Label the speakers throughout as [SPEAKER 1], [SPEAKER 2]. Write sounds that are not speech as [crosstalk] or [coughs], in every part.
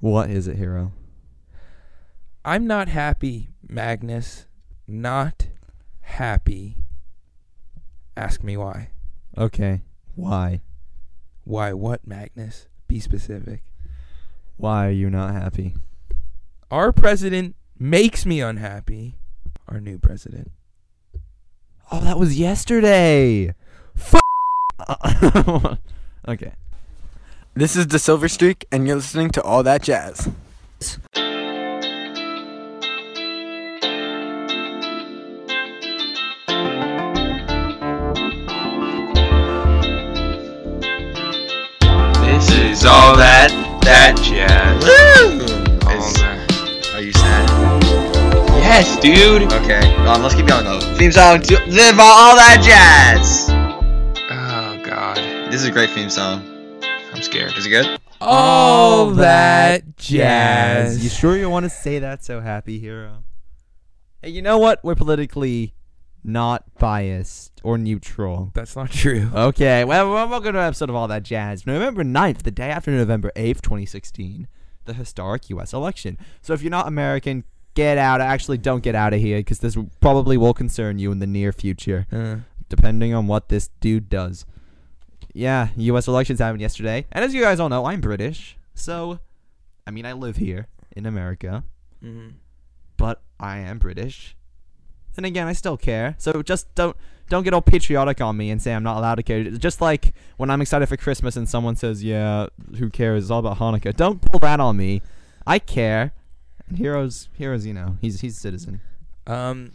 [SPEAKER 1] What is it, hero?
[SPEAKER 2] I'm not happy, Magnus. Not happy. Ask me why.
[SPEAKER 1] Okay. Why?
[SPEAKER 2] Why what, Magnus? Be specific.
[SPEAKER 1] Why are you not happy?
[SPEAKER 2] Our president makes me unhappy. Our new president.
[SPEAKER 1] Oh, that was yesterday. F- [laughs] okay.
[SPEAKER 3] This is the Silver Streak, and you're listening to All That Jazz.
[SPEAKER 4] This is all that that jazz. Is-
[SPEAKER 5] Are you sad?
[SPEAKER 4] yes, dude.
[SPEAKER 5] Okay. Um, let's keep going though. Theme song to live on all that jazz.
[SPEAKER 4] Oh god,
[SPEAKER 5] This is a great theme song.
[SPEAKER 4] I'm scared.
[SPEAKER 5] Is it good?
[SPEAKER 2] All that
[SPEAKER 1] You
[SPEAKER 2] jazz.
[SPEAKER 1] sure you want to say that so happy, hero? Hey, you know what? We're politically not biased or neutral.
[SPEAKER 2] That's not true.
[SPEAKER 1] Okay, well, well, welcome to an episode of All That Jazz. November 9th, the day after November 8th, 2016, the historic U.S. election. So if you're not American, get out. Actually, don't get out of here because this probably will concern you in the near future,
[SPEAKER 2] Uh,
[SPEAKER 1] depending on what this dude does. Yeah, U.S. elections happened yesterday. And as you guys all know, I'm British. So, I mean, I live here in America
[SPEAKER 2] mhm.
[SPEAKER 1] but I am British. Then again, I still care. So just don't don't get all patriotic on me and say I'm not allowed to care. Just like when I'm excited for Christmas and someone says, "Yeah, who cares? It's all about Hanukkah." Don't pull that on me. I care. And heroes, heroes, you know, he's he's a citizen.
[SPEAKER 2] Um,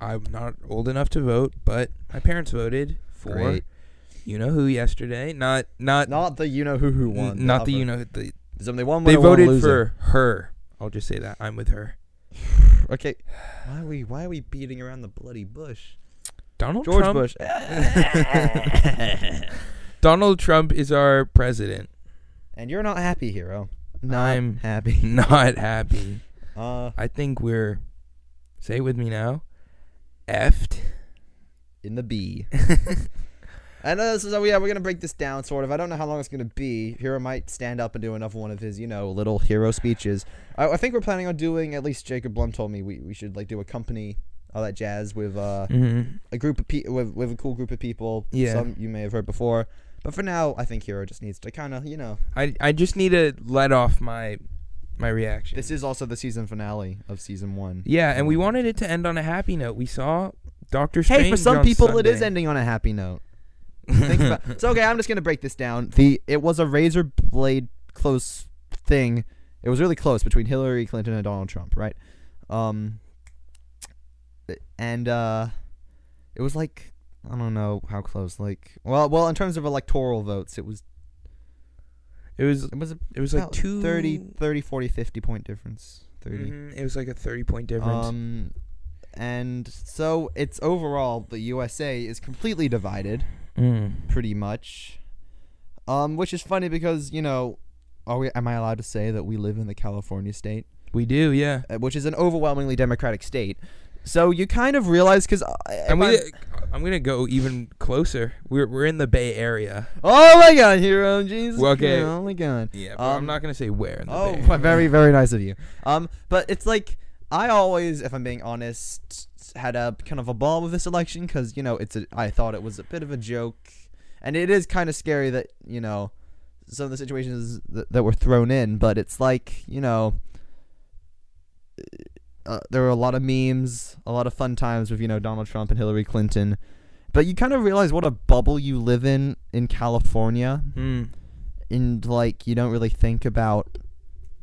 [SPEAKER 2] I'm not old enough to vote, but my parents voted for
[SPEAKER 1] Great.
[SPEAKER 2] you know who yesterday. Not not
[SPEAKER 1] Not the you know who who
[SPEAKER 2] n- not the you know the,
[SPEAKER 1] They won.
[SPEAKER 2] they voted for her. I'll just say that I'm with her.
[SPEAKER 1] Okay. Why are we why are we beating around the bloody bush?
[SPEAKER 2] Donald
[SPEAKER 1] George
[SPEAKER 2] Trump.
[SPEAKER 1] Bush.
[SPEAKER 2] [laughs] Donald Trump is our president. [laughs]
[SPEAKER 1] and you're not happy, hero. Not
[SPEAKER 2] I'm- [laughs]
[SPEAKER 1] happy.
[SPEAKER 2] Not happy.
[SPEAKER 1] Uh,
[SPEAKER 2] I think we're say it with me now.
[SPEAKER 1] [laughs]
[SPEAKER 2] Effed. Mm-hmm.
[SPEAKER 1] in the B. I know this is oh yeah, we're gonna break this down sort of. I don't know how long it's gonna be. Hero might stand up and do another one of his, you know, little hero speeches. I, I think we're planning on doing at least Jacob Blum told me we, we should like do a company all that jazz with uh
[SPEAKER 2] Mhm.
[SPEAKER 1] a group of people with, with a cool group of people.
[SPEAKER 2] Yeah.
[SPEAKER 1] Some you may have heard before. But for now, I think Hero just needs to kind of, you know.
[SPEAKER 2] I I just need to let off my my reaction.
[SPEAKER 1] This is also the season finale of season one.
[SPEAKER 2] yeah, and we wanted it to end on a happy note. We saw Doctor Strange.
[SPEAKER 1] Hey, for some
[SPEAKER 2] on
[SPEAKER 1] people, it is
[SPEAKER 2] Sunday.
[SPEAKER 1] ending on a happy note.
[SPEAKER 2] [laughs]
[SPEAKER 1] Think about, so okay, I'm just gonna break this down. The it was a razor blade close thing. It was really close between Hillary Clinton and Donald Trump, right? Um, and uh, it was like I don't know how close. Like well, well, in terms of electoral votes, it was
[SPEAKER 2] It was
[SPEAKER 1] it was a,
[SPEAKER 2] it was like
[SPEAKER 1] about
[SPEAKER 2] two
[SPEAKER 1] 30, 30, 40, 50 point difference. 30
[SPEAKER 2] Mhm, it was like a thirty point difference.
[SPEAKER 1] Um, and so it's overall the USA is completely divided.
[SPEAKER 2] Mm.
[SPEAKER 1] pretty much. Um, which is funny because you know, are we? Am I allowed to say that we live in the California state,
[SPEAKER 2] We do, yeah.
[SPEAKER 1] uh, which is an overwhelmingly Democratic state? So you kind of realize uh, because
[SPEAKER 2] And we, I'm gonna go even closer. We're we're in the Bay Area.
[SPEAKER 1] oh my god, hero, Jesus,
[SPEAKER 2] Well, okay.
[SPEAKER 1] oh my god,
[SPEAKER 2] Yeah,
[SPEAKER 1] but I'm
[SPEAKER 2] I'm
[SPEAKER 1] Um,
[SPEAKER 2] not
[SPEAKER 1] not
[SPEAKER 2] gonna say where.
[SPEAKER 1] oh,
[SPEAKER 2] [laughs]
[SPEAKER 1] very very nice of you. Um, but it's like I always, if I'm being honest, had a kind of a ball with this election because you know it's a. I thought it was a bit of a joke, and it is kind of scary that you know some of the situations that, that were thrown in, but it's like you know. Uh, there were a lot of memes, a lot of fun times with you know Donald Trump and Hillary Clinton, but you kind of realize what a bubble you live in in California
[SPEAKER 2] Mm.
[SPEAKER 1] and like you don't really think about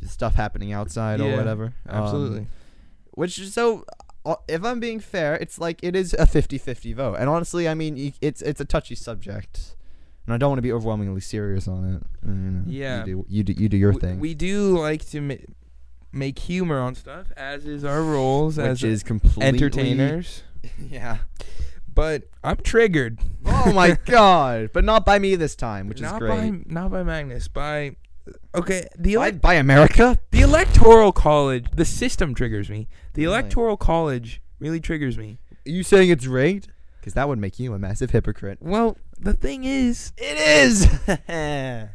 [SPEAKER 1] stuff happening outside
[SPEAKER 2] Yeah,
[SPEAKER 1] or whatever. Um,
[SPEAKER 2] Absolutely.
[SPEAKER 1] which is so uh, if I'm being fair, it's like it is a 50-50 vote. And honestly, I mean, y- it's it's a touchy subject. And I don't want to be overwhelmingly serious on it. You know,
[SPEAKER 2] Yeah.
[SPEAKER 1] You do you do, you do your
[SPEAKER 2] we,
[SPEAKER 1] thing.
[SPEAKER 2] we do like to ma- make humor on stuff, as is our roles
[SPEAKER 1] which
[SPEAKER 2] as
[SPEAKER 1] is completely
[SPEAKER 2] entertainers.
[SPEAKER 1] [laughs]
[SPEAKER 2] [laughs]
[SPEAKER 1] Yeah.
[SPEAKER 2] But I'm triggered. [laughs]
[SPEAKER 1] Oh my god. But not by me this time, which
[SPEAKER 2] not
[SPEAKER 1] is great.
[SPEAKER 2] by not by Magnus, by okay the
[SPEAKER 1] by,
[SPEAKER 2] elec-
[SPEAKER 1] by America?
[SPEAKER 2] the electoral college. The system triggers me. The
[SPEAKER 1] Really?
[SPEAKER 2] electoral college really triggers me.
[SPEAKER 1] Are you saying it's rigged? Cuz that would make you a massive hypocrite.
[SPEAKER 2] Well,
[SPEAKER 1] [laughs]
[SPEAKER 2] the thing is,
[SPEAKER 1] It is.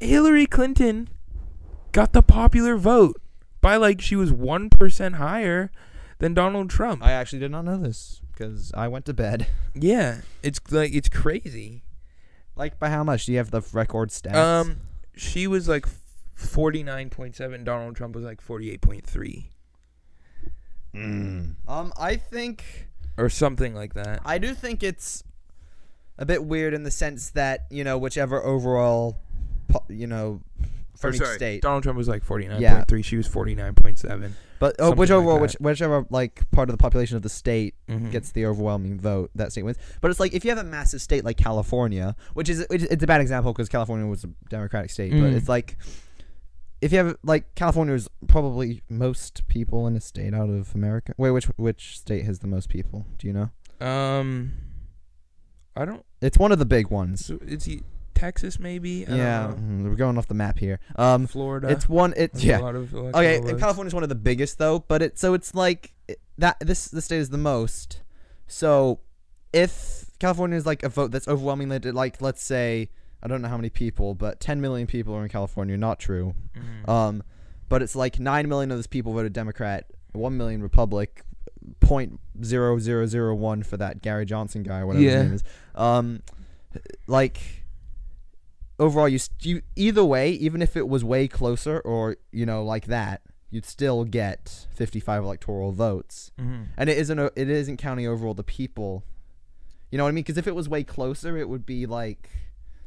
[SPEAKER 2] Hillary Clinton got the popular vote by like she was 1% higher than Donald Trump.
[SPEAKER 1] I actually did not know this because I went to bed.
[SPEAKER 2] yeah, it's like it's crazy.
[SPEAKER 1] Like by how much? Do you have the record stats?
[SPEAKER 2] Um she was like 49.7, Donald Trump was like 48.3
[SPEAKER 1] um, I think
[SPEAKER 2] or something like that.
[SPEAKER 1] I do think it's a bit weird in the sense that you know whichever overall, po- you know,
[SPEAKER 2] Or
[SPEAKER 1] from each
[SPEAKER 2] Oh, sorry,
[SPEAKER 1] state.
[SPEAKER 2] Donald Trump was like 49.3, she was 49.7.
[SPEAKER 1] But oh,
[SPEAKER 2] Something
[SPEAKER 1] which
[SPEAKER 2] like
[SPEAKER 1] overall,
[SPEAKER 2] that.
[SPEAKER 1] which, whichever like part of the population of the state
[SPEAKER 2] Mhm.
[SPEAKER 1] gets the overwhelming vote, that state wins. But it's like if you have a massive state like California, which is which, it's a bad example because California was a Democratic state, but
[SPEAKER 2] Mm.
[SPEAKER 1] it's like if you have like California is probably most people in a state out of America. Wait, which which state has the most people? Do you know?
[SPEAKER 2] Um I don't
[SPEAKER 1] It's one of the big ones.
[SPEAKER 2] so it's e- Texas maybe? I don't
[SPEAKER 1] yeah,
[SPEAKER 2] know.
[SPEAKER 1] mm, we're going off the map here. Um,
[SPEAKER 2] Florida.
[SPEAKER 1] it's one. It
[SPEAKER 2] has a
[SPEAKER 1] yeah.
[SPEAKER 2] lot of electoral
[SPEAKER 1] Okay,
[SPEAKER 2] votes.
[SPEAKER 1] and California's one of the biggest though, but it so it's like it- that this the state is the most. So if California is like a vote that's overwhelmingly to, like let's say I don't know how many people, but 10 million people are in California, not true.
[SPEAKER 2] Mhm.
[SPEAKER 1] Um but it's like 9 million of those people voted Democrat, 1 million Republic, 0.0001 for that Gary Johnson guy or whatever
[SPEAKER 2] Yeah.
[SPEAKER 1] his name is. Um like overall you, st- you either way even if it was way closer or you know like that you'd still get 55 electoral votes
[SPEAKER 2] Mhm.
[SPEAKER 1] and it isn't o it isn't counting overall the people you know what i mean because if it was way closer it would be like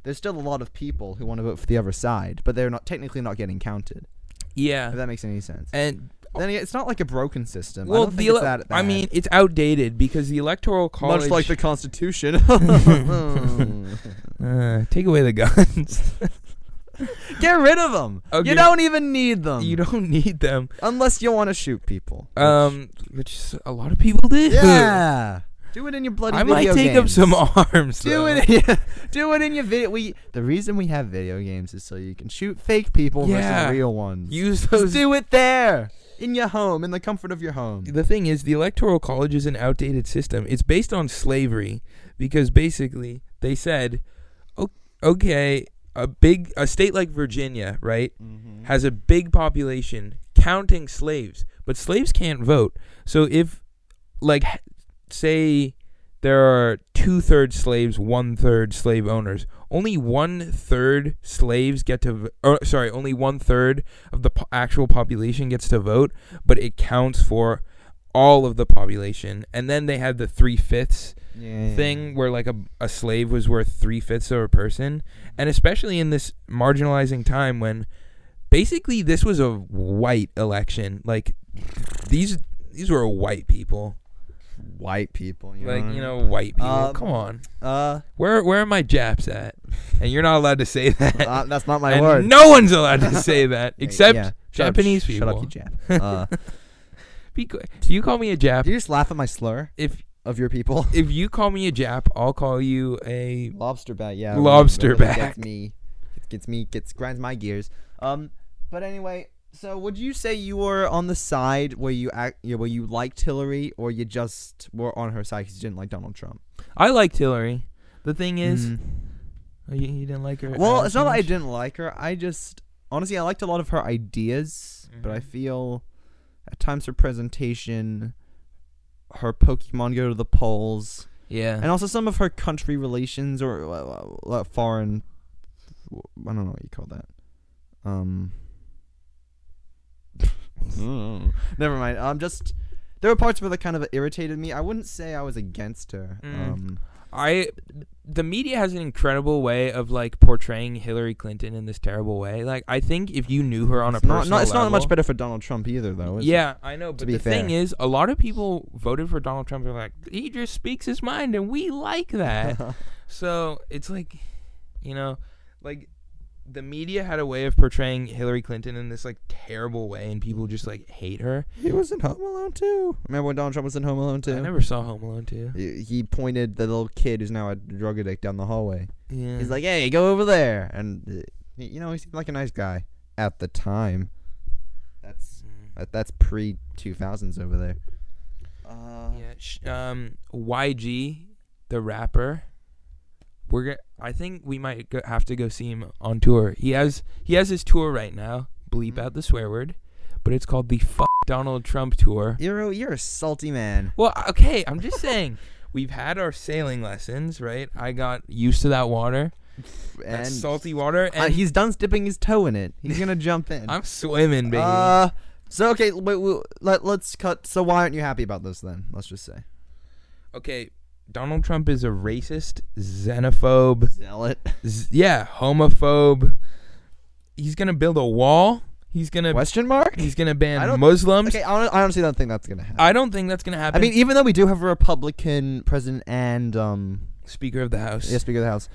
[SPEAKER 1] there's still a lot of people who want to vote for the other side but they're not technically not getting counted
[SPEAKER 2] Yeah.
[SPEAKER 1] if that makes any sense
[SPEAKER 2] and
[SPEAKER 1] then again, it's not like a broken system
[SPEAKER 2] well,
[SPEAKER 1] I don't
[SPEAKER 2] the
[SPEAKER 1] think it's
[SPEAKER 2] ele-
[SPEAKER 1] that
[SPEAKER 2] I
[SPEAKER 1] bad.
[SPEAKER 2] mean, it's outdated because the electoral college.
[SPEAKER 1] much like the constitution
[SPEAKER 2] [laughs]
[SPEAKER 1] [laughs]
[SPEAKER 2] uh, take away the guns. [laughs]
[SPEAKER 1] get rid of them
[SPEAKER 2] Okay.
[SPEAKER 1] you don't even need
[SPEAKER 2] Oh,
[SPEAKER 1] them
[SPEAKER 2] you don't need them.
[SPEAKER 1] unless you want to shoot people Um. which-
[SPEAKER 2] Um, which is- a lot of people do. [laughs]
[SPEAKER 1] Yeah. Do it in your bloody
[SPEAKER 2] I
[SPEAKER 1] video
[SPEAKER 2] might take up
[SPEAKER 1] games.
[SPEAKER 2] some [laughs] arms.
[SPEAKER 1] Do
[SPEAKER 2] though.
[SPEAKER 1] it, yeah, do it in your [laughs] video. We the reason we have video games is so you can shoot fake people
[SPEAKER 2] Yeah.
[SPEAKER 1] versus real ones.
[SPEAKER 2] Use
[SPEAKER 1] Just
[SPEAKER 2] those.
[SPEAKER 1] do it there in your home, in the comfort of your home.
[SPEAKER 2] the thing is, the electoral college is an outdated system. It's based on slavery because basically they said, "O- okay, a big a state like Virginia, right, has a big population counting slaves, but slaves can't vote. So if, like, h- say there are two thirds slaves, one third slave owners. Only one third slaves get to, v- or sorry, only one third of the po- actual population gets to vote, but it counts for all of the population. And then they had the three fifths
[SPEAKER 1] Yeah.
[SPEAKER 2] thing where like a, a slave was worth three fifths of a person, and especially in this marginalizing time when basically this was a white election. Like these these were white people,
[SPEAKER 1] White people. You
[SPEAKER 2] like
[SPEAKER 1] know
[SPEAKER 2] you know white people.
[SPEAKER 1] Um,
[SPEAKER 2] Come on,
[SPEAKER 1] Uh,
[SPEAKER 2] where where are my Japs at? And you're not allowed to say [laughs] that.
[SPEAKER 1] uh, that's not my
[SPEAKER 2] and
[SPEAKER 1] word.
[SPEAKER 2] No one's allowed to say
[SPEAKER 1] [laughs]
[SPEAKER 2] that
[SPEAKER 1] Hey,
[SPEAKER 2] except
[SPEAKER 1] yeah. Shut up,
[SPEAKER 2] Japanese
[SPEAKER 1] sh-
[SPEAKER 2] people.
[SPEAKER 1] Shut up,
[SPEAKER 2] [laughs]
[SPEAKER 1] you Jap. Uh,
[SPEAKER 2] Be qu- if you call me a Jap,
[SPEAKER 1] do you just laugh at my slur
[SPEAKER 2] if
[SPEAKER 1] of your people?
[SPEAKER 2] if you call me a Jap, I'll call you a
[SPEAKER 1] Lobster bat, yeah.
[SPEAKER 2] Lobster
[SPEAKER 1] really
[SPEAKER 2] bat.
[SPEAKER 1] Gets me, gets me, gets grinds my gears. Um, but anyway, so would you say you were on the side where you act, yeah, where you liked Hillary, or you just were on her side because you didn't like Donald Trump?
[SPEAKER 2] I liked Hillary. The thing is,
[SPEAKER 1] Mm.
[SPEAKER 2] oh, you, you didn't like her.
[SPEAKER 1] well,
[SPEAKER 2] as
[SPEAKER 1] it's not that I
[SPEAKER 2] much?
[SPEAKER 1] didn't like her. I just honestly, I liked a lot of her ideas, but I feel at times her presentation, her Pokemon go to the polls,
[SPEAKER 2] Yeah.
[SPEAKER 1] and also some of her country relations or uh, uh, foreign i don't know what you call that
[SPEAKER 2] [laughs]
[SPEAKER 1] um [laughs] Mm. never mind um just there were parts of her that kind of irritated me i wouldn't say i was against her
[SPEAKER 2] Mm.
[SPEAKER 1] um
[SPEAKER 2] I the media has an incredible way of like portraying Hillary Clinton in this terrible way. Like I think if you knew her on a
[SPEAKER 1] it's not,
[SPEAKER 2] personal
[SPEAKER 1] not, it's not much
[SPEAKER 2] level-
[SPEAKER 1] better for donald trump either though is it?
[SPEAKER 2] Yeah, I know, but
[SPEAKER 1] be
[SPEAKER 2] the thing
[SPEAKER 1] fair.
[SPEAKER 2] is, a lot of people voted for Donald Trump. They're like, he just speaks his mind, and we like
[SPEAKER 1] [laughs]
[SPEAKER 2] that. so it's like, you know, like the media had a way of portraying Hillary Clinton in this like terrible way, and people just like hate her.
[SPEAKER 1] he was in home alone too remember when donald trump was in home alone too
[SPEAKER 2] I never saw Home Alone too.
[SPEAKER 1] he he pointed the little kid who's now a drug addict down the hallway.
[SPEAKER 2] Yeah.
[SPEAKER 1] He's like, "Hey, go over there," and uh, you know he seemed like a nice guy at the time. That's
[SPEAKER 2] Mm.
[SPEAKER 1] That, that's pre two thousands over there. Uh,
[SPEAKER 2] Yeah, sh- um, YG, the rapper. We're go- I think we might go- have to go see him on tour. He has he has his tour right now.
[SPEAKER 1] Mm-hmm.
[SPEAKER 2] bleep out the swear word, but it's called the F- Donald Trump tour.
[SPEAKER 1] You're a, you're a salty man.
[SPEAKER 2] Well, okay, I'm
[SPEAKER 1] [laughs]
[SPEAKER 2] just saying we've had our sailing lessons, right? I got used to that water, that
[SPEAKER 1] And
[SPEAKER 2] salty water,
[SPEAKER 1] uh,
[SPEAKER 2] and
[SPEAKER 1] he's done dipping his toe in it. He's gonna jump in.
[SPEAKER 2] I'm swimming, [laughs] baby.
[SPEAKER 1] Uh, so okay, wait, wait, let let's cut. So why aren't you happy about this then? Let's just say
[SPEAKER 2] okay, Donald Trump is a racist, xenophobe, [laughs]
[SPEAKER 1] zealot.
[SPEAKER 2] z- yeah, homophobe. He's gonna build a wall. He's gonna
[SPEAKER 1] Question mark?
[SPEAKER 2] he's gonna
[SPEAKER 1] I
[SPEAKER 2] ban
[SPEAKER 1] don't-
[SPEAKER 2] Muslims.
[SPEAKER 1] Okay, I hon- I honestly don't think that's gonna happen.
[SPEAKER 2] I don't think that's gonna
[SPEAKER 1] I
[SPEAKER 2] happen.
[SPEAKER 1] mean, even though we do have a Republican president and um,
[SPEAKER 2] Speaker of the House.
[SPEAKER 1] yeah, Speaker of the House,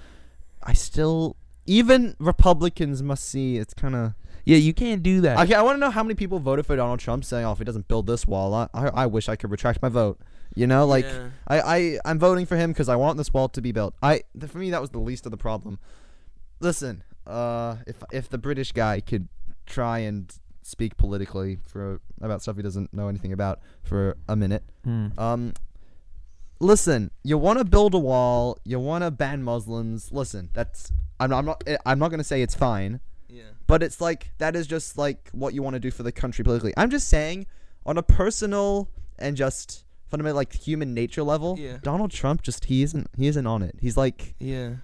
[SPEAKER 1] I still even Republicans must see it's kind of
[SPEAKER 2] Yeah, you can't do that.
[SPEAKER 1] okay. I want to know how many people voted for Donald Trump, saying, "Oh, if he doesn't build this wall, I I, I wish I could retract my vote." You know, like
[SPEAKER 2] Yeah.
[SPEAKER 1] I I I'm voting for him because I want this wall to be built. I th- for me that was the least of the problem. Listen, uh, if if the British guy could try and speak politically for about stuff he doesn't know anything about for a minute, um, listen, you want to build a wall, you want to ban Muslims. Listen, that's I'm I'm not eh, I'm not gonna say it's fine.
[SPEAKER 2] Yeah.
[SPEAKER 1] But it's like that is just like what you want to do for the country politically. I'm just saying, on a personal and just fundamental like human nature level,
[SPEAKER 2] Yeah.
[SPEAKER 1] Donald Trump just he isn't he isn't on it. He's like
[SPEAKER 2] Yeah.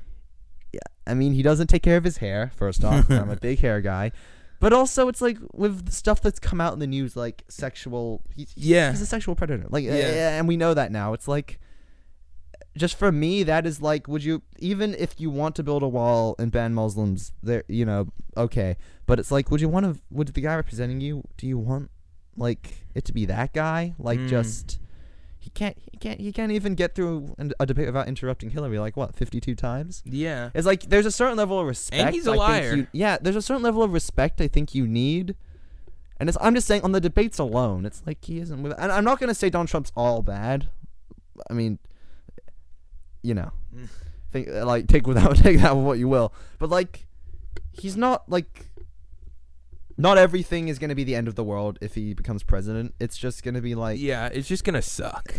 [SPEAKER 1] I mean he doesn't take care of his hair
[SPEAKER 2] [laughs]
[SPEAKER 1] first off. I'm a big hair guy, but also it's like with the stuff that's come out in the news like sexual. He's, he's-
[SPEAKER 2] Yeah.
[SPEAKER 1] he's a sexual predator. Like yeah.
[SPEAKER 2] Yeah.
[SPEAKER 1] and we know that now. It's like. Just for me, that is like, would you even if you want to build a wall and ban Muslims, there, you know, okay. But it's like, would you want to? Would the guy representing you? Do you want like it to be that guy? Like
[SPEAKER 2] Mm.
[SPEAKER 1] just he can't he can't he can't even get through an, a debate without interrupting Hillary like what fifty two times.
[SPEAKER 2] Yeah.
[SPEAKER 1] It's like there's a certain level of respect.
[SPEAKER 2] he's a
[SPEAKER 1] I think
[SPEAKER 2] liar.
[SPEAKER 1] you- yeah, there's a certain level of respect I think you need. And it's, I'm just saying on the debates alone, it's like he isn't with. And I'm not gonna say Donald Trump's all bad. I mean,
[SPEAKER 2] [laughs]
[SPEAKER 1] you know, think like take with that [laughs] take that with what you will. But like, he's not like. Not everything is gonna be the end of the world if he becomes president. It's just gonna be like
[SPEAKER 2] Yeah, it's just gonna suck.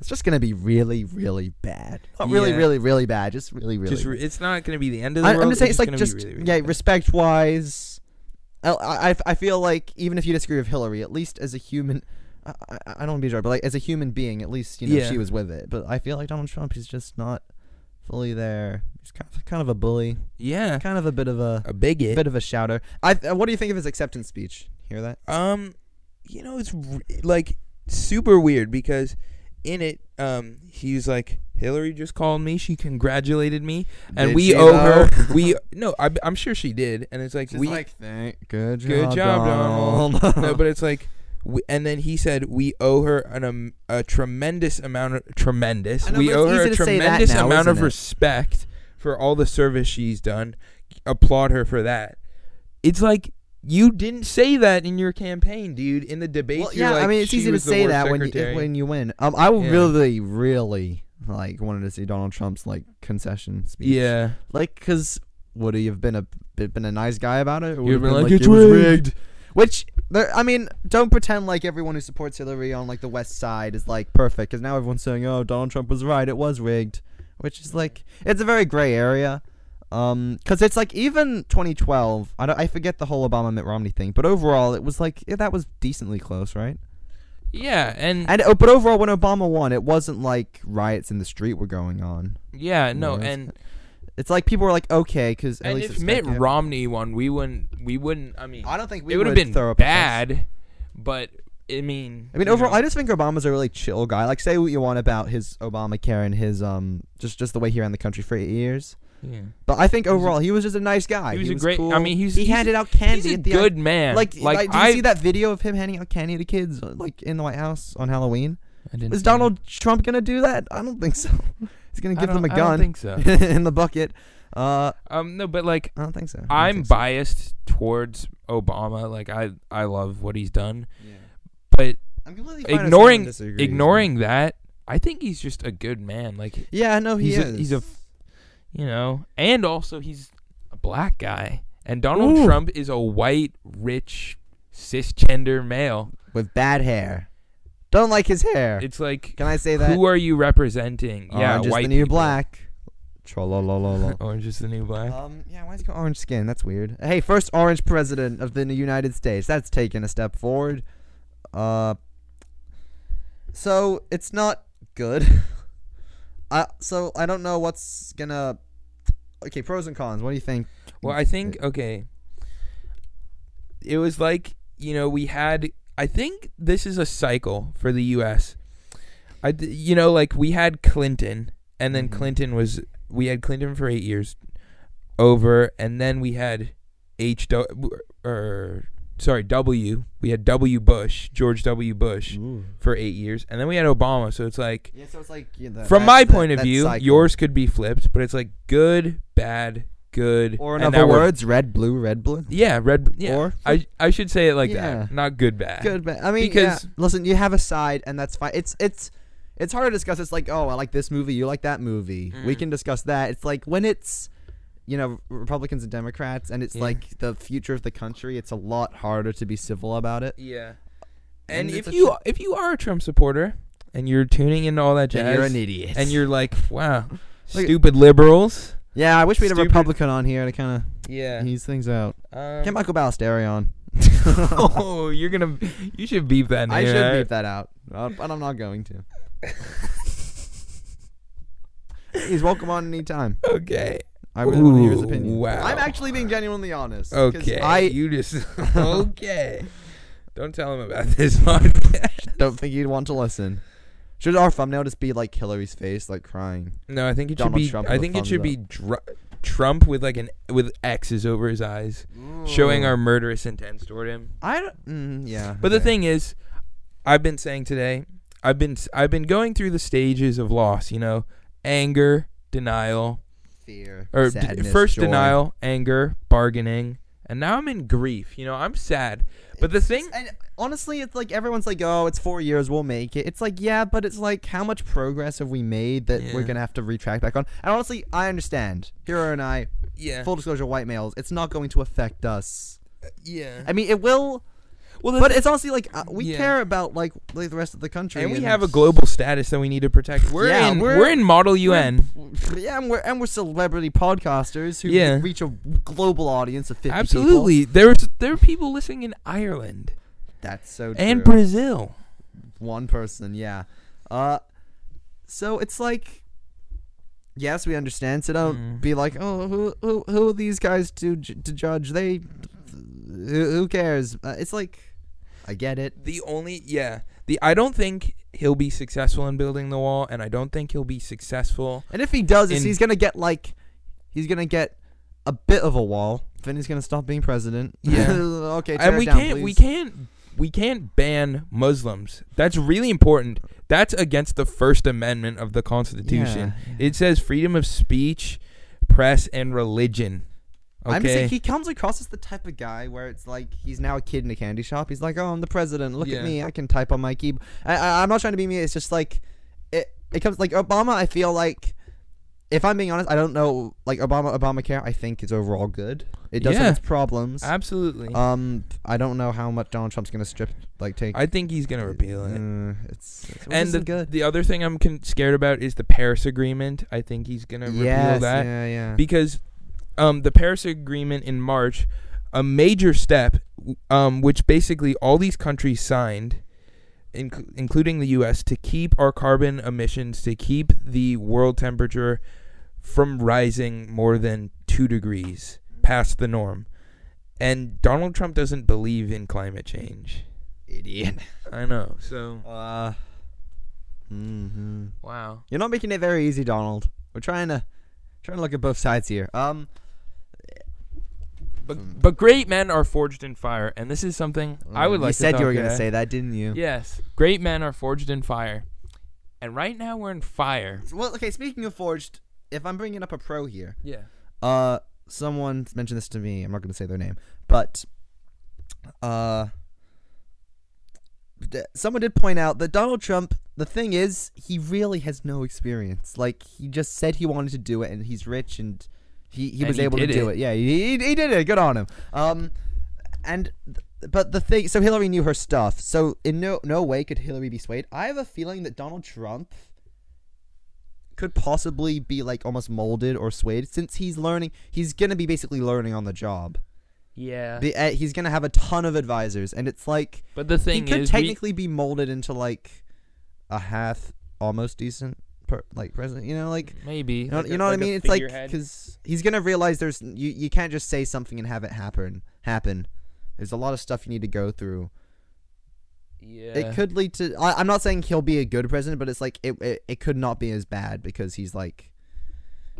[SPEAKER 1] it's just gonna be really, really bad. Not really,
[SPEAKER 2] Yeah.
[SPEAKER 1] really, really bad. Just really, really.
[SPEAKER 2] Just re- it's not gonna be the end of the
[SPEAKER 1] I,
[SPEAKER 2] world.
[SPEAKER 1] am just saying, it's like
[SPEAKER 2] gonna be
[SPEAKER 1] just
[SPEAKER 2] really, really
[SPEAKER 1] yeah,
[SPEAKER 2] bad.
[SPEAKER 1] respect wise. I, I I feel like even if you disagree with Hillary, at least as a human, I, I, I don't want to be dry, but like as a human being, at least you know
[SPEAKER 2] Yeah.
[SPEAKER 1] she was with it. But I feel like Donald Trump is just not fully there. He's kind of, kind of a bully,
[SPEAKER 2] yeah,
[SPEAKER 1] kind of a bit of a
[SPEAKER 2] a bigot.
[SPEAKER 1] bit of a shouter. I uh, what do you think of his acceptance speech? Hear that?
[SPEAKER 2] um, you know, it's r like super weird because in it, um, he's like Hillary just called me. She congratulated me, and
[SPEAKER 1] Did
[SPEAKER 2] we
[SPEAKER 1] she,
[SPEAKER 2] owe
[SPEAKER 1] though? [laughs]
[SPEAKER 2] her. We no, I, I'm sure she did, and it's like we
[SPEAKER 1] thank good job,
[SPEAKER 2] Good job, Donald.
[SPEAKER 1] Donald. [laughs]
[SPEAKER 2] no, but it's like, we, and then he said we owe her an um, a tremendous amount of tremendous.
[SPEAKER 1] I know,
[SPEAKER 2] we
[SPEAKER 1] but
[SPEAKER 2] owe
[SPEAKER 1] it's
[SPEAKER 2] her a
[SPEAKER 1] easy to say that
[SPEAKER 2] tremendous
[SPEAKER 1] now,
[SPEAKER 2] amount of
[SPEAKER 1] isn't it?
[SPEAKER 2] respect for all the service she's done. Applaud her for that. It's like you didn't say that in your campaign, dude. In the debate,
[SPEAKER 1] Well,
[SPEAKER 2] you're
[SPEAKER 1] yeah,
[SPEAKER 2] like,
[SPEAKER 1] I mean, it's
[SPEAKER 2] she
[SPEAKER 1] easy to
[SPEAKER 2] was the
[SPEAKER 1] say
[SPEAKER 2] worst
[SPEAKER 1] that when
[SPEAKER 2] secretary.
[SPEAKER 1] you when you win. Um, I
[SPEAKER 2] Yeah.
[SPEAKER 1] really, really like wanted to see Donald Trump's like concession speech.
[SPEAKER 2] yeah,
[SPEAKER 1] like because would he have been a been a nice guy about it? Or
[SPEAKER 2] You'd
[SPEAKER 1] would've
[SPEAKER 2] been like, "It's
[SPEAKER 1] "It was
[SPEAKER 2] rigged."
[SPEAKER 1] Which there, I mean, don't pretend like everyone who supports Hillary on like the West Side is like perfect because now everyone's saying, "Oh, Donald Trump was right; it was rigged," which is like it's a very gray area. Um, because it's like even 2012, I don't, I forget the whole Obama Mitt Romney thing, but overall it was like yeah, that was decently close, right?
[SPEAKER 2] yeah, and,
[SPEAKER 1] And oh, but overall, when Obama won, it wasn't like riots in the street were going on.
[SPEAKER 2] yeah, no,
[SPEAKER 1] Yeah,
[SPEAKER 2] and
[SPEAKER 1] It's like people were like, okay, because at
[SPEAKER 2] and
[SPEAKER 1] least
[SPEAKER 2] if
[SPEAKER 1] it's
[SPEAKER 2] Mitt
[SPEAKER 1] gonna-
[SPEAKER 2] Romney won, we wouldn't, we wouldn't. I mean,
[SPEAKER 1] I don't think we
[SPEAKER 2] it would have been
[SPEAKER 1] throw up a fuss.
[SPEAKER 2] bad, but I mean,
[SPEAKER 1] I mean,
[SPEAKER 2] you
[SPEAKER 1] overall,
[SPEAKER 2] know.
[SPEAKER 1] I just think Obama's a really chill guy. Like, say what you want about his Obamacare and his um, just just the way he ran the country for eight years.
[SPEAKER 2] Yeah.
[SPEAKER 1] But I think overall, he was just a nice guy.
[SPEAKER 2] He was a great- I mean, he's-
[SPEAKER 1] he
[SPEAKER 2] he's-
[SPEAKER 1] handed out candy.
[SPEAKER 2] he's a
[SPEAKER 1] at the
[SPEAKER 2] good man.
[SPEAKER 1] Like,
[SPEAKER 2] Like,
[SPEAKER 1] like, did
[SPEAKER 2] I-
[SPEAKER 1] you see that video of him handing out candy to kids, uh, like in the White House on Halloween?
[SPEAKER 2] I didn't
[SPEAKER 1] Is
[SPEAKER 2] see
[SPEAKER 1] Donald Trump gonna do that? I don't think so. [laughs] He's gonna
[SPEAKER 2] I
[SPEAKER 1] give them a
[SPEAKER 2] don't- I don't
[SPEAKER 1] gun
[SPEAKER 2] think so.
[SPEAKER 1] [laughs] in the bucket. Uh,
[SPEAKER 2] that. Um, no, but like
[SPEAKER 1] I don't think so. I don't
[SPEAKER 2] I'm
[SPEAKER 1] think so.
[SPEAKER 2] biased towards Obama. Like I, I love what he's done,
[SPEAKER 1] Yeah.
[SPEAKER 2] but
[SPEAKER 1] I'm completely fine if someone
[SPEAKER 2] ignoring
[SPEAKER 1] disagrees, but-
[SPEAKER 2] ignoring that, I think he's just a good man. Like
[SPEAKER 1] Yeah, I know he
[SPEAKER 2] he's a-
[SPEAKER 1] is.
[SPEAKER 2] he's a f- you know, and also he's a black guy, and Donald
[SPEAKER 1] Ooh.
[SPEAKER 2] Trump is a white, rich, cisgender male.
[SPEAKER 1] with bad hair. Don't like his hair.
[SPEAKER 2] It's like
[SPEAKER 1] Can I say that?
[SPEAKER 2] who are you representing? yeah,
[SPEAKER 1] Orange is
[SPEAKER 2] white [laughs]
[SPEAKER 1] the new
[SPEAKER 2] people.
[SPEAKER 1] black.
[SPEAKER 2] [laughs]
[SPEAKER 1] Trollolololo.
[SPEAKER 2] Orange is the new black.
[SPEAKER 1] [laughs] Um, yeah, why is he got orange skin? That's weird. Hey, first orange president of the United States. That's taken a step forward. Uh, so it's not good. [laughs] I so I don't know what's gonna. Okay, pros and cons. What do you think?
[SPEAKER 2] Well, I think okay. It was like you know we had. I think this is a cycle for the U.S. I d- you know like we had Clinton, and then
[SPEAKER 1] Mhm.
[SPEAKER 2] Clinton was we had Clinton for eight years, over, and then we had H W or sorry W. We had W Bush, George W. Bush,
[SPEAKER 1] Mm.
[SPEAKER 2] for eight years, and then we had Obama. So it's like
[SPEAKER 1] Yeah, so it's like yeah, that-
[SPEAKER 2] from
[SPEAKER 1] that-
[SPEAKER 2] my
[SPEAKER 1] that-
[SPEAKER 2] point of
[SPEAKER 1] that
[SPEAKER 2] view,
[SPEAKER 1] cycle.
[SPEAKER 2] yours could be flipped, but it's like good, bad, good,
[SPEAKER 1] Or in
[SPEAKER 2] and
[SPEAKER 1] other
[SPEAKER 2] now we're-
[SPEAKER 1] words, red, blue, red, blue.
[SPEAKER 2] yeah, red. Yeah,
[SPEAKER 1] Or-
[SPEAKER 2] I I should say it like
[SPEAKER 1] Yeah.
[SPEAKER 2] that, not good, bad.
[SPEAKER 1] Good, but I mean,
[SPEAKER 2] Because-
[SPEAKER 1] yeah, listen, you have a side, and that's fine. It's it's it's hard to discuss. It's like, oh, I like this movie, you like that movie. We
[SPEAKER 2] Mhm.
[SPEAKER 1] can discuss that. It's like when it's you know Republicans and Democrats, and it's
[SPEAKER 2] Yeah.
[SPEAKER 1] like the future of the country. It's a lot harder to be civil about it.
[SPEAKER 2] Yeah, and,
[SPEAKER 1] And it's
[SPEAKER 2] if
[SPEAKER 1] a
[SPEAKER 2] you
[SPEAKER 1] tr-
[SPEAKER 2] if you are a Trump supporter and you're tuning into all that jazz,
[SPEAKER 1] And you're an idiot.
[SPEAKER 2] and you're like, wow,
[SPEAKER 1] [laughs] Look at-
[SPEAKER 2] stupid liberals.
[SPEAKER 1] yeah, I wish we had a
[SPEAKER 2] stupid-
[SPEAKER 1] Republican on here to kind of
[SPEAKER 2] Yeah.
[SPEAKER 1] ease things out. Get
[SPEAKER 2] Um, [laughs]
[SPEAKER 1] Michael Ballasteri on. [laughs]
[SPEAKER 2] oh, you're gonna you should beep that. in
[SPEAKER 1] I
[SPEAKER 2] here,
[SPEAKER 1] should
[SPEAKER 2] right?
[SPEAKER 1] leave that out, uh, but I'm not going
[SPEAKER 2] [laughs]
[SPEAKER 1] to. He's welcome on anytime.
[SPEAKER 2] Okay.
[SPEAKER 1] I really want to hear his
[SPEAKER 2] Ooh,
[SPEAKER 1] opinion.
[SPEAKER 2] wow.
[SPEAKER 1] I'm actually being genuinely honest. 'cause
[SPEAKER 2] Okay.
[SPEAKER 1] I
[SPEAKER 2] you
[SPEAKER 1] [laughs]
[SPEAKER 2] just [laughs] okay. Don't tell him about this [laughs] podcast.
[SPEAKER 1] don't think you'd want to listen. Should our thumbnail just be like Hillary's face, like crying?
[SPEAKER 2] No, I think it
[SPEAKER 1] Donald
[SPEAKER 2] should be.
[SPEAKER 1] Trump
[SPEAKER 2] I
[SPEAKER 1] with
[SPEAKER 2] think it
[SPEAKER 1] thumbs
[SPEAKER 2] should be dr- Trump with like an with X's over his eyes, showing our murderous intents toward him.
[SPEAKER 1] I don't. Mm, yeah.
[SPEAKER 2] But the
[SPEAKER 1] Mm. okay.
[SPEAKER 2] thing is, I've been saying today, I've been s- I've been going through the stages of loss. You know, anger, denial,
[SPEAKER 1] fear
[SPEAKER 2] or d-
[SPEAKER 1] sadness,
[SPEAKER 2] first
[SPEAKER 1] joy.
[SPEAKER 2] denial, anger, bargaining, and now I'm in grief. You know, I'm sad. But the thing,
[SPEAKER 1] And honestly, it's like everyone's like, "Oh, it's four years, we'll make it." It's like, yeah, but it's like, how much progress have we made that we're
[SPEAKER 2] Yeah.
[SPEAKER 1] gonna have to retract back on? And honestly, I understand. Hero and I,
[SPEAKER 2] yeah,
[SPEAKER 1] full disclosure, white males. It's not going to affect us.
[SPEAKER 2] yeah.
[SPEAKER 1] I mean, it will.
[SPEAKER 2] Well, the
[SPEAKER 1] But it's honestly like uh, we
[SPEAKER 2] Yeah.
[SPEAKER 1] care about like, like the rest of the country,
[SPEAKER 2] and we
[SPEAKER 1] and
[SPEAKER 2] have a
[SPEAKER 1] it's-
[SPEAKER 2] global status that we need to protect. We're
[SPEAKER 1] Yeah,
[SPEAKER 2] in we're,
[SPEAKER 1] we're-
[SPEAKER 2] in Model UN.
[SPEAKER 1] Yeah, and we're and we're celebrity podcasters who
[SPEAKER 2] Yeah.
[SPEAKER 1] reach a global audience of fifty people.
[SPEAKER 2] Absolutely. There's there are people listening in Ireland
[SPEAKER 1] that's so true.
[SPEAKER 2] and Brazil.
[SPEAKER 1] one person, yeah. Uh, so it's like, yes, we understand. So don't
[SPEAKER 2] Mm.
[SPEAKER 1] be like, oh, who who who are these guys to ju- to judge? They, who, who cares? Uh, it's like, I get it.
[SPEAKER 2] The only yeah. The I don't think he'll be successful in building the wall and I don't think he'll be successful.
[SPEAKER 1] And if he does this,
[SPEAKER 2] In-
[SPEAKER 1] he's gonna get like, he's gonna get a bit of a wall. Then he's gonna stop being president.
[SPEAKER 2] Yeah.
[SPEAKER 1] [laughs] okay. tear
[SPEAKER 2] and
[SPEAKER 1] it
[SPEAKER 2] we
[SPEAKER 1] down,
[SPEAKER 2] can't we
[SPEAKER 1] please.
[SPEAKER 2] can't we can't ban Muslims. That's really important. That's against the first amendment of the constitution.
[SPEAKER 1] Yeah,
[SPEAKER 2] It says freedom of speech, press and religion. Okay.
[SPEAKER 1] I'm just saying he comes across as the type of guy where it's like he's now a kid in a candy shop. He's like, oh, I'm the president. Look
[SPEAKER 2] Yeah.
[SPEAKER 1] at me. I can type on my keyboard. I, I, I'm not trying to be mean. It's just like it. It comes like Obama. I feel like if I'm being honest, I don't know. Like Obama, Obamacare, I think is overall good. It does
[SPEAKER 2] Yeah.
[SPEAKER 1] have its problems.
[SPEAKER 2] Absolutely.
[SPEAKER 1] um, I don't know how much Donald Trump's gonna strip. Like take.
[SPEAKER 2] I think he's going to repeal it.
[SPEAKER 1] Mm, it's, it's
[SPEAKER 2] and the,
[SPEAKER 1] the, good.
[SPEAKER 2] the other thing I'm con- scared about is the Paris Agreement. I think he's gonna repeal
[SPEAKER 1] Yes,
[SPEAKER 2] that
[SPEAKER 1] yeah, yeah.
[SPEAKER 2] because um, the Paris Agreement in March, a major step, w- um, which basically all these countries signed, inc- including the U.S., to keep our carbon emissions, to keep the world temperature from rising more than two degrees past the norm. And Donald Trump doesn't believe in climate change.
[SPEAKER 1] Idiot.
[SPEAKER 2] I know. So
[SPEAKER 1] Uh. hmm
[SPEAKER 2] wow.
[SPEAKER 1] You're not making it very easy, Donald. We're trying to trying to look at both sides here. Um, Hmm.
[SPEAKER 2] But, but great men are forged in fire, and this is something I would like.
[SPEAKER 1] you
[SPEAKER 2] to
[SPEAKER 1] said
[SPEAKER 2] talk
[SPEAKER 1] you were gonna
[SPEAKER 2] about.
[SPEAKER 1] say that, didn't you?
[SPEAKER 2] Yes, great men are forged in fire, and right now we're in fire.
[SPEAKER 1] Well, okay. Speaking of forged, if I'm bringing up a pro here,
[SPEAKER 2] Yeah.
[SPEAKER 1] uh, someone mentioned this to me. I'm not gonna say their name, but uh, d- someone did point out that Donald Trump. The thing is, he really has no experience. Like he just said he wanted to do it, and he's rich, and he, he
[SPEAKER 2] And
[SPEAKER 1] was
[SPEAKER 2] he
[SPEAKER 1] able to
[SPEAKER 2] did
[SPEAKER 1] do
[SPEAKER 2] it.
[SPEAKER 1] it. Yeah, he, he he did it. Good on him. Um, and th- but the thing, so Hillary knew her stuff. So in no no way could Hillary be swayed. I have a feeling that Donald Trump could possibly be like almost molded or swayed since he's learning. He's gonna be basically learning on the job.
[SPEAKER 6] Yeah.
[SPEAKER 1] The, uh, he's gonna have a ton of advisors, and it's like
[SPEAKER 2] But the
[SPEAKER 1] he
[SPEAKER 2] thing
[SPEAKER 1] could
[SPEAKER 2] is, we,
[SPEAKER 1] technically be molded into like a half almost decent per, like president. You know, like
[SPEAKER 2] maybe
[SPEAKER 1] you know,
[SPEAKER 6] Like
[SPEAKER 1] you
[SPEAKER 6] a-
[SPEAKER 1] know what I
[SPEAKER 6] like a
[SPEAKER 1] mean? It's like
[SPEAKER 6] figurehead.
[SPEAKER 1] because he's gonna realize there's you, you can't just say something and have it happen happen. There's a lot of stuff you need to go through.
[SPEAKER 6] Yeah.
[SPEAKER 1] It could lead to. I, I'm not saying he'll be a good president, but it's like it, it, it could not be as bad because he's like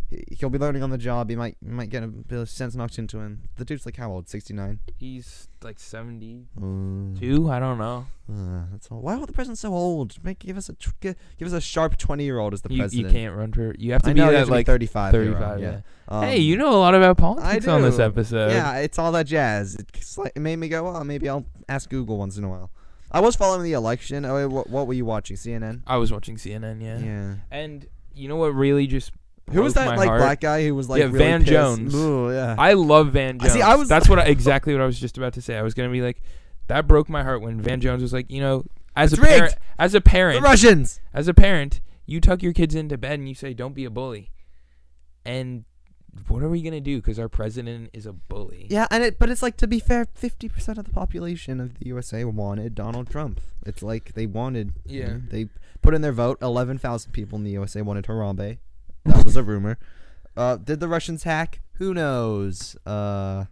[SPEAKER 1] he- he'll be learning on the job. He might might get a bit of sense knocked into him. The dude's like how old? 69.
[SPEAKER 2] he's like seventy-two.
[SPEAKER 1] Mm.
[SPEAKER 2] I don't know.
[SPEAKER 1] Uh, that's all. Why are the presidents so old? Make give us a tr- give, give us a sharp twenty year old as the
[SPEAKER 2] You, you
[SPEAKER 1] president.
[SPEAKER 2] can't run for. You have to
[SPEAKER 1] I
[SPEAKER 2] be
[SPEAKER 1] know you have
[SPEAKER 2] that
[SPEAKER 1] to be
[SPEAKER 2] like
[SPEAKER 1] 35. you're
[SPEAKER 2] thirty-five.
[SPEAKER 1] right,
[SPEAKER 2] yeah.
[SPEAKER 1] yeah. Um,
[SPEAKER 2] hey, you know uh, a lot about politics on this
[SPEAKER 1] do.
[SPEAKER 2] episode.
[SPEAKER 1] Yeah, it's all that jazz. It's like, it made me go, oh, maybe I'll ask Google once in a while. I was following the election. Oh, wait, what, what were you watching? CNN.
[SPEAKER 2] I was watching CNN. Yeah.
[SPEAKER 1] yeah.
[SPEAKER 2] And you know what really just
[SPEAKER 1] Who was
[SPEAKER 2] broke my
[SPEAKER 1] that like
[SPEAKER 2] heart?
[SPEAKER 1] black guy who was like
[SPEAKER 2] Yeah,
[SPEAKER 1] really
[SPEAKER 2] Van
[SPEAKER 1] pissed?
[SPEAKER 2] Jones.
[SPEAKER 1] Ooh, yeah.
[SPEAKER 2] I love Van
[SPEAKER 1] I
[SPEAKER 2] Jones.
[SPEAKER 1] see, I was-
[SPEAKER 2] That's what I, exactly what I was just about to say. I was gonna be like, that broke my heart when Van Jones was like, you know, as
[SPEAKER 1] It's
[SPEAKER 2] a parent,
[SPEAKER 1] rigged.
[SPEAKER 2] as a
[SPEAKER 1] the
[SPEAKER 2] parent,
[SPEAKER 1] Russians.
[SPEAKER 2] as a parent, you tuck your kids into bed and you say, don't be a bully. And what are we gonna do? Because our president is a bully.
[SPEAKER 1] Yeah, and it but it's like to be fair, fifty percent of the population of the USA wanted Donald Trump. It's like they wanted.
[SPEAKER 2] Yeah.
[SPEAKER 1] They put in their vote. Eleven thousand people in the USA wanted Harambe.
[SPEAKER 2] [laughs]
[SPEAKER 1] That was a rumor. Uh, did the Russians hack? Who knows? Uh,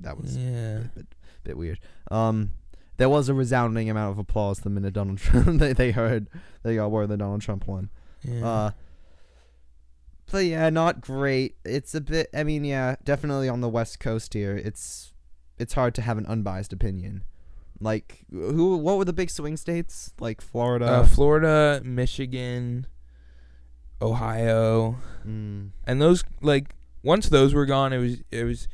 [SPEAKER 1] that was
[SPEAKER 2] Yeah.
[SPEAKER 1] a bit, bit weird. Um, there was a resounding amount of applause the minute Donald [laughs] Trump they, they heard they got word that Donald Trump won.
[SPEAKER 2] yeah.
[SPEAKER 1] Uh, but yeah, not great. It's a bit. I mean, yeah, definitely on the West Coast here. It's it's hard to have an unbiased opinion. Like who? What were the big swing states? Like Florida.
[SPEAKER 2] uh, Florida, Michigan, Ohio.
[SPEAKER 1] mm,
[SPEAKER 2] and those like once those were gone it was it was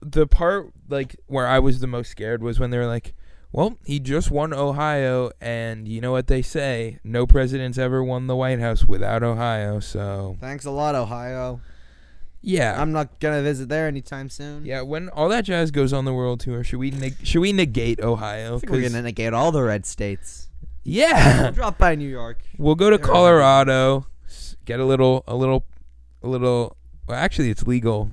[SPEAKER 2] the part like where i was the most scared was when they were like well he just won ohio and you know what they say no president's ever won the white house without ohio so
[SPEAKER 1] thanks a lot, Ohio.
[SPEAKER 2] yeah
[SPEAKER 1] I'm not gonna visit there anytime soon.
[SPEAKER 2] yeah when all that jazz goes on the world tour should we neg- should we negate ohio
[SPEAKER 1] I think we're
[SPEAKER 2] 'Cause-
[SPEAKER 1] gonna negate all the red
[SPEAKER 2] [coughs]
[SPEAKER 1] states.
[SPEAKER 2] yeah [laughs]
[SPEAKER 1] Drop by New York.
[SPEAKER 2] we'll go to
[SPEAKER 1] They're-
[SPEAKER 2] colorado s- get a little a little a little well actually it's legal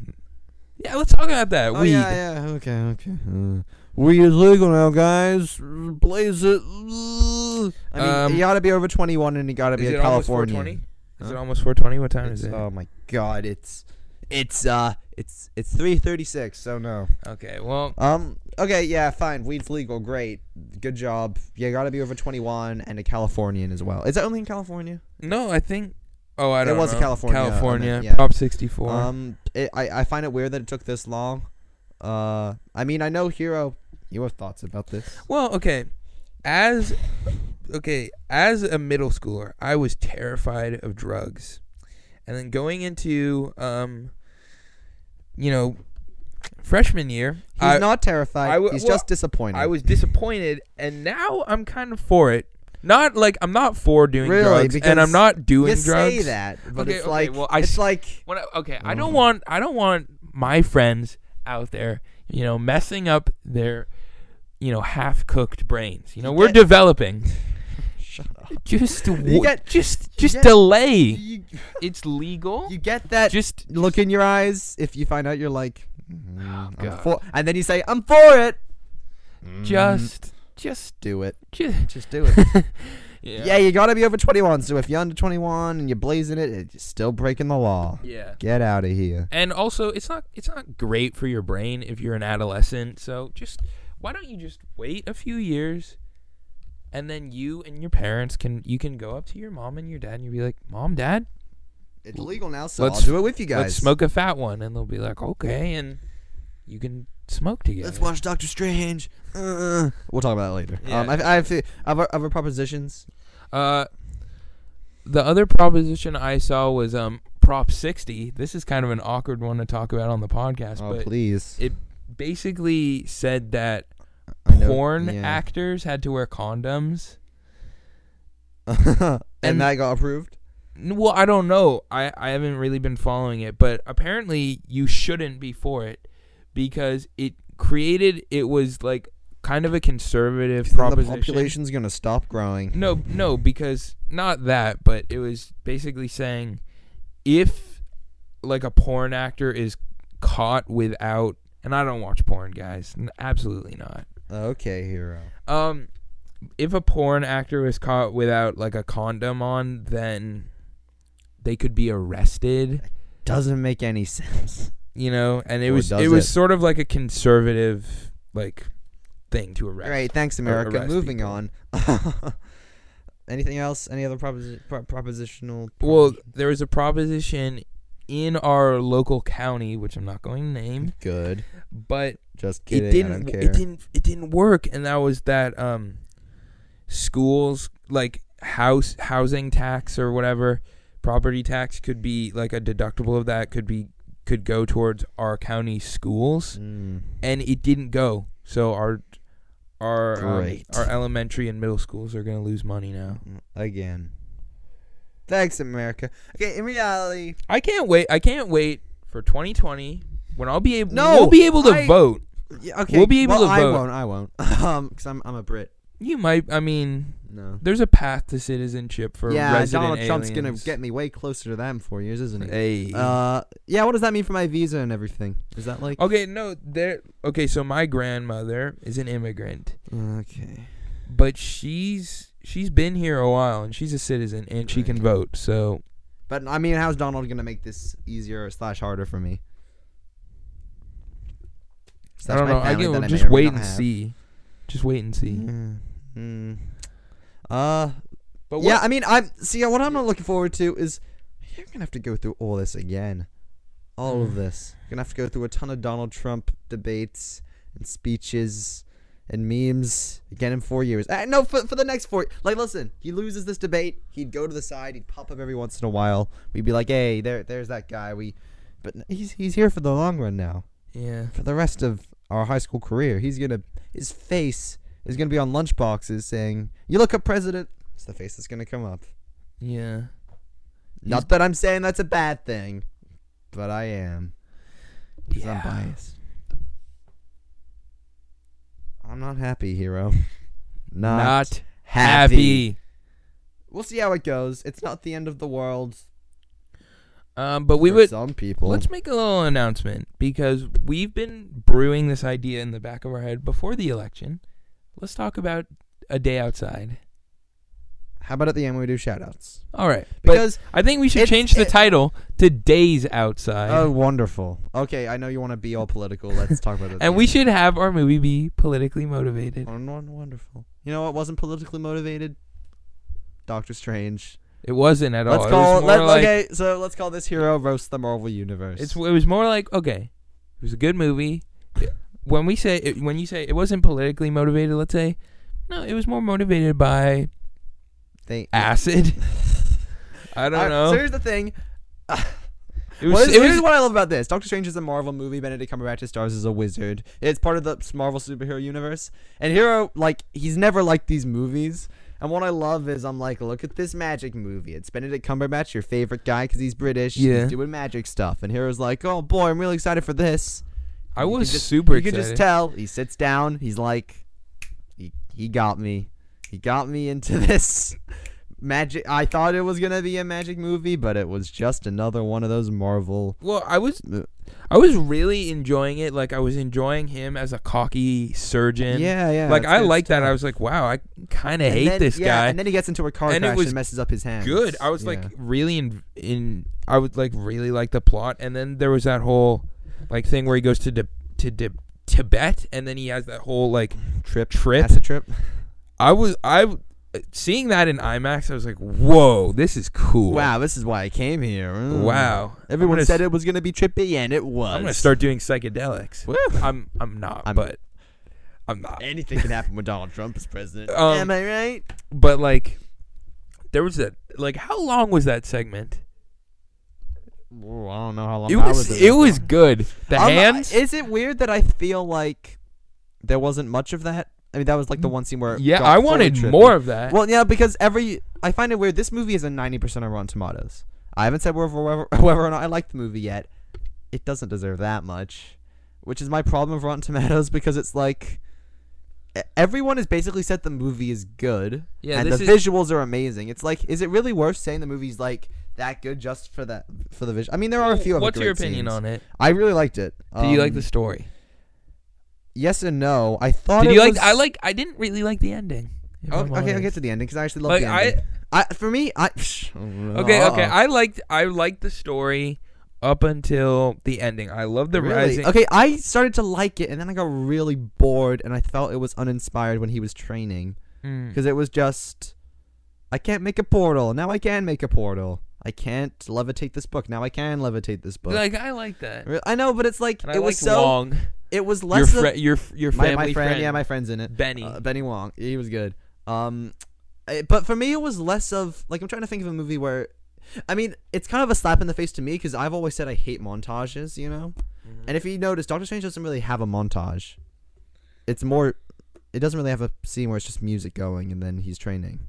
[SPEAKER 2] yeah let's talk about that
[SPEAKER 1] Oh
[SPEAKER 2] weed
[SPEAKER 1] yeah, yeah. Okay, okay. Uh, weed is legal now, guys. Blaze it. I mean,
[SPEAKER 2] Um,
[SPEAKER 1] you gotta be over 21 and you gotta be
[SPEAKER 2] Is
[SPEAKER 1] a
[SPEAKER 2] it almost
[SPEAKER 1] Californian.
[SPEAKER 2] 420? Is
[SPEAKER 1] Huh?
[SPEAKER 2] it almost 420? What time
[SPEAKER 1] It's-
[SPEAKER 2] is it?
[SPEAKER 1] Oh my god, it's it's uh it's it's 3:36. So no.
[SPEAKER 2] okay, well,
[SPEAKER 1] Um okay, yeah, fine. Weed's legal. Great. Good job. You got to be over 21 and a Californian as well. Is that only in California?
[SPEAKER 2] no, I think. Oh, I
[SPEAKER 1] It
[SPEAKER 2] don't.
[SPEAKER 1] was a
[SPEAKER 2] know.
[SPEAKER 1] California, I meant,
[SPEAKER 2] California,
[SPEAKER 1] yeah.
[SPEAKER 2] Prop 64.
[SPEAKER 1] Um it, I I find it weird that it took this long. Uh I mean, I know Hero you have thoughts about this.
[SPEAKER 2] well, okay, as okay as a middle schooler, I was terrified of drugs, and then going into um, you know, freshman year,
[SPEAKER 1] He's
[SPEAKER 2] I
[SPEAKER 1] not terrified.
[SPEAKER 2] I w-
[SPEAKER 1] He's
[SPEAKER 2] well,
[SPEAKER 1] just disappointed.
[SPEAKER 2] I was disappointed, and now I'm kind of for it. Not like I'm not for doing
[SPEAKER 1] Really,
[SPEAKER 2] drugs,
[SPEAKER 1] because
[SPEAKER 2] and I'm not doing
[SPEAKER 1] you
[SPEAKER 2] drugs.
[SPEAKER 1] say that, but
[SPEAKER 2] Okay,
[SPEAKER 1] it's
[SPEAKER 2] okay,
[SPEAKER 1] like
[SPEAKER 2] well, I
[SPEAKER 1] it's
[SPEAKER 2] s-
[SPEAKER 1] like
[SPEAKER 2] When I, okay, I
[SPEAKER 1] Mm.
[SPEAKER 2] don't want I don't want my friends out there, you know, messing up their, you know, half-cooked brains. You know,
[SPEAKER 1] You
[SPEAKER 2] we're
[SPEAKER 1] get-
[SPEAKER 2] developing.
[SPEAKER 1] shut up.
[SPEAKER 2] [laughs] Just wa-
[SPEAKER 1] get-
[SPEAKER 2] just just
[SPEAKER 1] get-
[SPEAKER 2] delay.
[SPEAKER 1] You,
[SPEAKER 2] It's legal.
[SPEAKER 1] you get that
[SPEAKER 2] just Oh,
[SPEAKER 1] look in your eyes if you find out you're like "Mm, I'm
[SPEAKER 2] God.
[SPEAKER 1] for-" and then you say I'm for it.
[SPEAKER 2] just just
[SPEAKER 1] do it.
[SPEAKER 2] just
[SPEAKER 1] Just do it.
[SPEAKER 2] yeah.
[SPEAKER 1] yeah. you got to be over 21. So if you're under 21 and you're blazing it, it's- you're still breaking the law.
[SPEAKER 2] Yeah.
[SPEAKER 1] Get out of here.
[SPEAKER 2] And also, it's not it's not great for your brain if you're an adolescent. So just why don't you just wait a few years, and then you and your parents can you can go up to your mom and your dad and you'll be like, Mom, Dad,
[SPEAKER 1] It's legal now, so
[SPEAKER 2] Let's-
[SPEAKER 1] I'll do it with you guys.
[SPEAKER 2] let's smoke a fat one, and they'll be like, Okay, and you can smoke together.
[SPEAKER 1] Let's watch Doctor Strange. Uh, we'll talk about that later.
[SPEAKER 2] Yeah.
[SPEAKER 1] Um, I, I have th- other, other propositions.
[SPEAKER 2] Uh, the other proposition I saw was um Prop 60. This is kind of an awkward one to talk about on the podcast,
[SPEAKER 1] Oh,
[SPEAKER 2] but
[SPEAKER 1] please.
[SPEAKER 2] it basically said that
[SPEAKER 1] I know-
[SPEAKER 2] porn
[SPEAKER 1] yeah.
[SPEAKER 2] actors had to wear condoms.
[SPEAKER 1] [laughs] and,
[SPEAKER 2] And-
[SPEAKER 1] that got approved?
[SPEAKER 2] N- Well, I don't know. I, I haven't really been following it, but apparently you shouldn't be for it because it created it was like kind of a conservative
[SPEAKER 1] Do you think the
[SPEAKER 2] proposition.
[SPEAKER 1] population's gonna stop growing.
[SPEAKER 2] No, no, because not that, but it was basically saying if like a porn actor is caught without, and I don't watch porn, guys, N- absolutely not.
[SPEAKER 1] Okay, hero.
[SPEAKER 2] Um, if a porn actor is caught without like a condom on, then they could be arrested,
[SPEAKER 1] Doesn't make any sense.
[SPEAKER 2] you know. And it
[SPEAKER 1] Or
[SPEAKER 2] was
[SPEAKER 1] does
[SPEAKER 2] it was
[SPEAKER 1] it?
[SPEAKER 2] sort of like a conservative like thing to arrest.
[SPEAKER 1] All right, thanks, America.
[SPEAKER 2] arrest
[SPEAKER 1] Moving
[SPEAKER 2] people.
[SPEAKER 1] on. [laughs] Anything else? Any other proposi- pro- propositional?
[SPEAKER 2] Well, there was a proposition in our local county, which I'm not going to name,
[SPEAKER 1] good.
[SPEAKER 2] but
[SPEAKER 1] Just kidding.
[SPEAKER 2] it didn't
[SPEAKER 1] I don't
[SPEAKER 2] w-
[SPEAKER 1] care.
[SPEAKER 2] it didn't it didn't work and that was that um schools like house housing tax or whatever property tax could be like a deductible of that could be could go towards our county schools
[SPEAKER 1] Mm.
[SPEAKER 2] and it didn't go so our our um,
[SPEAKER 1] Great.
[SPEAKER 2] our elementary and middle schools are going to lose money now
[SPEAKER 1] Again. Thanks, America. Okay, in reality,
[SPEAKER 2] I can't wait I can't wait for 2020 when I'll be able
[SPEAKER 1] No,
[SPEAKER 2] we'll be able to
[SPEAKER 1] I-
[SPEAKER 2] vote
[SPEAKER 1] yeah, okay,
[SPEAKER 2] We'll be able
[SPEAKER 1] well,
[SPEAKER 2] to
[SPEAKER 1] I
[SPEAKER 2] vote.
[SPEAKER 1] won't. I won't. [laughs] Um, because I'm I'm a Brit.
[SPEAKER 2] you might I mean
[SPEAKER 1] No.
[SPEAKER 2] there's a path to citizenship for
[SPEAKER 1] Yeah,
[SPEAKER 2] resident
[SPEAKER 1] Donald Trump's gonna
[SPEAKER 2] aliens.
[SPEAKER 1] get me way closer to them four years, isn't he?
[SPEAKER 2] Hey.
[SPEAKER 1] Uh, yeah. What does that mean for my visa and everything? Is that like
[SPEAKER 2] okay, no, there. Okay, so my grandmother is an immigrant,
[SPEAKER 1] okay?
[SPEAKER 2] but she's she's been here a while and she's a citizen and she can
[SPEAKER 1] Right.
[SPEAKER 2] vote. So
[SPEAKER 1] But I mean, how's Donald gonna make this easier slash harder for me?
[SPEAKER 2] I don't know. I can
[SPEAKER 1] will
[SPEAKER 2] just wait and see. Just wait and see.
[SPEAKER 1] Mm-hmm. Mm. Uh,
[SPEAKER 2] But
[SPEAKER 1] yeah. I mean, I'm see. What I'm not looking forward to is you're gonna have to go through all this again. All of this. You're gonna have to go through a ton of Donald Trump debates and speeches and memes again in four years. Uh, no, for, for the next four. Like, listen, he loses this debate. He'd go to the side. He'd pop up every once in a while. We'd be like, hey, there, there's that guy. We, but he's he's here for the long run now
[SPEAKER 2] yeah,
[SPEAKER 1] for the rest of our high school career. He's gonna his face is gonna be on lunchboxes saying, "You look up president." It's the face that's gonna come up.
[SPEAKER 2] yeah.
[SPEAKER 1] Not that I'm saying that's a bad thing, but I am because I'm
[SPEAKER 2] Yeah.
[SPEAKER 1] biased. I'm not
[SPEAKER 2] [laughs]
[SPEAKER 1] happy, hero. Not,
[SPEAKER 2] Not
[SPEAKER 1] happy.
[SPEAKER 2] happy.
[SPEAKER 1] We'll see how it goes. It's not the end of the world.
[SPEAKER 2] Um, but we
[SPEAKER 1] for
[SPEAKER 2] would
[SPEAKER 1] some people.
[SPEAKER 2] Let's make a little announcement because we've been brewing this idea in the back of our head before the election. Let's talk about a day outside.
[SPEAKER 1] how about at the end we do shoutouts?
[SPEAKER 2] All right. But
[SPEAKER 1] Because
[SPEAKER 2] I think we should
[SPEAKER 1] it's-
[SPEAKER 2] change the
[SPEAKER 1] it-
[SPEAKER 2] title to Days Outside.
[SPEAKER 1] oh, wonderful. Okay, I know you want to be all political. Let's talk
[SPEAKER 2] [laughs]
[SPEAKER 1] about it. at the
[SPEAKER 2] and we
[SPEAKER 1] end.
[SPEAKER 2] should have our movie be politically motivated.
[SPEAKER 1] On one wonderful. You know what wasn't politically motivated? Doctor Strange.
[SPEAKER 2] It wasn't at
[SPEAKER 1] let's
[SPEAKER 2] all.
[SPEAKER 1] call
[SPEAKER 2] it was
[SPEAKER 1] let,
[SPEAKER 2] more like
[SPEAKER 1] okay, so let's call this hero roast the Marvel universe.
[SPEAKER 2] it's it was more like okay. It was a good movie. It- When we say it, when you say it wasn't politically motivated, let's say no, it was more motivated by
[SPEAKER 1] they
[SPEAKER 2] acid. [laughs] I don't
[SPEAKER 1] Alright,
[SPEAKER 2] know.
[SPEAKER 1] So here's the thing.
[SPEAKER 2] it
[SPEAKER 1] Well,
[SPEAKER 2] was,
[SPEAKER 1] this-
[SPEAKER 2] it
[SPEAKER 1] here's
[SPEAKER 2] was
[SPEAKER 1] what I love about this. Doctor Strange is a Marvel movie. Benedict Cumberbatch stars as a wizard. It's part of the Marvel superhero universe. And Hero, like, he's never liked these movies. And what I love is I'm like, look at this magic movie. It's Benedict Cumberbatch, your favorite guy, because he's British.
[SPEAKER 2] Yeah.
[SPEAKER 1] He's doing magic stuff. And Hero's like, oh boy, I'm really excited for this.
[SPEAKER 2] I
[SPEAKER 1] You
[SPEAKER 2] was
[SPEAKER 1] could just-
[SPEAKER 2] super
[SPEAKER 1] You
[SPEAKER 2] excited.
[SPEAKER 1] could just tell. He sits down. He's like, he, he got me. He got me into [laughs] this magic. I thought it was gonna be a magic movie, but it was just another one of those Marvel.
[SPEAKER 2] Well, I was
[SPEAKER 1] Uh,
[SPEAKER 2] I was really enjoying it. Like I was enjoying him as a cocky surgeon.
[SPEAKER 1] yeah, yeah.
[SPEAKER 2] Like
[SPEAKER 1] it's
[SPEAKER 2] I
[SPEAKER 1] good
[SPEAKER 2] like that.
[SPEAKER 1] stuff.
[SPEAKER 2] I was like, wow, I kind of
[SPEAKER 1] And
[SPEAKER 2] hate
[SPEAKER 1] then-
[SPEAKER 2] this
[SPEAKER 1] yeah,
[SPEAKER 2] guy.
[SPEAKER 1] And then he gets into a car
[SPEAKER 2] And it
[SPEAKER 1] crash
[SPEAKER 2] was
[SPEAKER 1] and messes up his hands.
[SPEAKER 2] Good. I was like
[SPEAKER 1] Yeah.
[SPEAKER 2] really in in. I would like really like the plot, and then there was that whole like thing where he goes to di- to di- Tibet, and then he has that whole like
[SPEAKER 1] trip,
[SPEAKER 2] trip.
[SPEAKER 1] acid trip.
[SPEAKER 2] I was I seeing that in IMAX. I was like, whoa, this is cool.
[SPEAKER 1] Wow, this is why I came here. Mm.
[SPEAKER 2] wow.
[SPEAKER 1] Everyone
[SPEAKER 2] gonna
[SPEAKER 1] said
[SPEAKER 2] s-
[SPEAKER 1] it was gonna be trippy, and it was.
[SPEAKER 2] I'm gonna start doing psychedelics. I'm I'm not,
[SPEAKER 1] I'm-
[SPEAKER 2] but I'm not.
[SPEAKER 1] Anything can happen when Donald Trump is president.
[SPEAKER 2] Um,
[SPEAKER 1] Am I right?
[SPEAKER 2] But like, there was a like. How long was that segment?
[SPEAKER 1] Ooh, I don't know how long.
[SPEAKER 2] It
[SPEAKER 1] I
[SPEAKER 2] was
[SPEAKER 1] in
[SPEAKER 2] it
[SPEAKER 1] that
[SPEAKER 2] was
[SPEAKER 1] one.
[SPEAKER 2] good. The
[SPEAKER 1] Um, I-
[SPEAKER 2] hands.
[SPEAKER 1] Is it weird that I feel like there wasn't much of that? I mean, that was like the one scene where. it
[SPEAKER 2] Mm, yeah,
[SPEAKER 1] got
[SPEAKER 2] I
[SPEAKER 1] fully
[SPEAKER 2] wanted
[SPEAKER 1] trippy.
[SPEAKER 2] more of that.
[SPEAKER 1] Well, yeah, because every I find it weird. This movie is a ninety percent on Rotten Tomatoes. I haven't said whether, whether, [laughs] whether or not I like the movie yet. [laughs] It doesn't deserve that much, which is my problem with Rotten Tomatoes because it's like e- everyone has basically said the movie is good.
[SPEAKER 2] Yeah,
[SPEAKER 1] and the
[SPEAKER 2] this is-
[SPEAKER 1] visuals are amazing. It's like, is it really worth saying the movie's like that good just for that for the visual? I mean, there are a few. Of
[SPEAKER 2] What's your opinion on it?
[SPEAKER 1] I really liked it.
[SPEAKER 2] Do you like
[SPEAKER 1] Um,
[SPEAKER 2] the story?
[SPEAKER 1] Yes and no. I thought.
[SPEAKER 2] Did
[SPEAKER 1] it
[SPEAKER 2] you like?
[SPEAKER 1] was-
[SPEAKER 2] I like. I didn't really like the ending. if
[SPEAKER 1] Oh,
[SPEAKER 2] I'm
[SPEAKER 1] okay, I'll
[SPEAKER 2] honest.
[SPEAKER 1] get to the ending because I actually love
[SPEAKER 2] Like
[SPEAKER 1] the
[SPEAKER 2] I.
[SPEAKER 1] ending. I, for me, I. oh,
[SPEAKER 2] Okay, okay.
[SPEAKER 1] Uh-oh.
[SPEAKER 2] I liked I liked the story up until the ending. I love the
[SPEAKER 1] Really?
[SPEAKER 2] rising.
[SPEAKER 1] Okay, I started to like it, and then I got really bored, and I felt it was uninspired when he was training
[SPEAKER 2] Mm.
[SPEAKER 1] because it was just, I can't make a portal. Now I can make a portal. I can't levitate this book. Now I can levitate this book.
[SPEAKER 2] Like I like that.
[SPEAKER 1] Re- I know, but it's like
[SPEAKER 2] And I
[SPEAKER 1] it was
[SPEAKER 2] liked
[SPEAKER 1] so.
[SPEAKER 2] Wong.
[SPEAKER 1] It was
[SPEAKER 2] Your,
[SPEAKER 1] less.
[SPEAKER 2] fri-
[SPEAKER 1] of,
[SPEAKER 2] your f- your
[SPEAKER 1] my,
[SPEAKER 2] family
[SPEAKER 1] my friend, yeah, my friend's in it.
[SPEAKER 2] Benny.
[SPEAKER 1] Uh, Benny Wong. He was good. Um, I- but for me, it was less of like I'm trying to think of a movie where, I mean, it's kind of a slap in the face to me because I've always said I hate montages, you know. And if you notice, Doctor Strange doesn't really have a montage. It's more, it doesn't really have a scene where it's just music going and then he's training.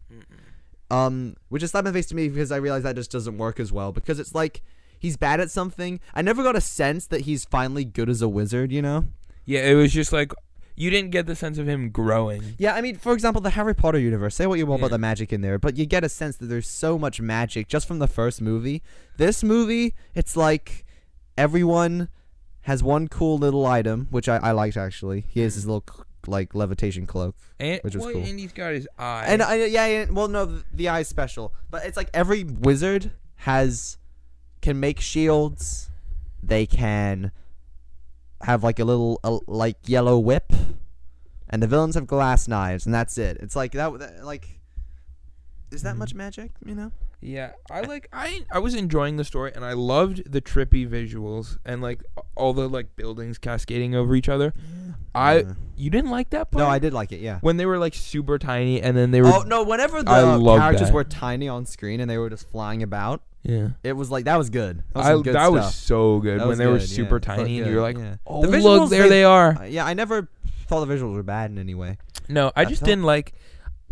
[SPEAKER 1] Um, which is slap in the face to me because I realize that just doesn't work as well because it's like he's bad at something. I never got a sense that he's finally good as a wizard, you know.
[SPEAKER 2] yeah, it was just like you didn't get the sense of him growing.
[SPEAKER 1] Yeah, I mean, for example, the Harry Potter universe. Say what you want about
[SPEAKER 2] Yeah.
[SPEAKER 1] the magic in there, but you get a sense that there's so much magic just from the first movie. This movie, it's like everyone has one cool little item, which I, I liked actually. He has his little c- like levitation cloak,
[SPEAKER 2] And,
[SPEAKER 1] Which was
[SPEAKER 2] well,
[SPEAKER 1] cool.
[SPEAKER 2] and he's got his eye.
[SPEAKER 1] and I, yeah, yeah, well, no, the, the eye's special, but it's like every wizard has can make shields. They can have like a little a, like yellow whip, and the villains have glass knives, and that's it. It's like that. that- Like, is that much magic? You know?
[SPEAKER 2] yeah, I like I I was enjoying the story and I loved the trippy visuals and like all the like buildings cascading over each other. I
[SPEAKER 1] Yeah.
[SPEAKER 2] you didn't like that part?
[SPEAKER 1] No, I did like it. Yeah.
[SPEAKER 2] When they were like super tiny and then they were
[SPEAKER 1] Oh no! Whenever
[SPEAKER 2] I
[SPEAKER 1] the
[SPEAKER 2] love
[SPEAKER 1] characters
[SPEAKER 2] that.
[SPEAKER 1] were tiny on screen and they were just flying about,
[SPEAKER 2] yeah.
[SPEAKER 1] it was like that was good. That was,
[SPEAKER 2] I,
[SPEAKER 1] some good
[SPEAKER 2] that
[SPEAKER 1] stuff.
[SPEAKER 2] was so good when
[SPEAKER 1] That was
[SPEAKER 2] they were
[SPEAKER 1] good, yeah.
[SPEAKER 2] super
[SPEAKER 1] Felt
[SPEAKER 2] tiny and
[SPEAKER 1] good,
[SPEAKER 2] you were like,
[SPEAKER 1] yeah.
[SPEAKER 2] oh,
[SPEAKER 1] The
[SPEAKER 2] look,
[SPEAKER 1] visuals,
[SPEAKER 2] there they are.
[SPEAKER 1] Uh, yeah, I never thought the visuals were bad in any way.
[SPEAKER 2] No, I
[SPEAKER 1] I
[SPEAKER 2] just
[SPEAKER 1] felt-
[SPEAKER 2] didn't like.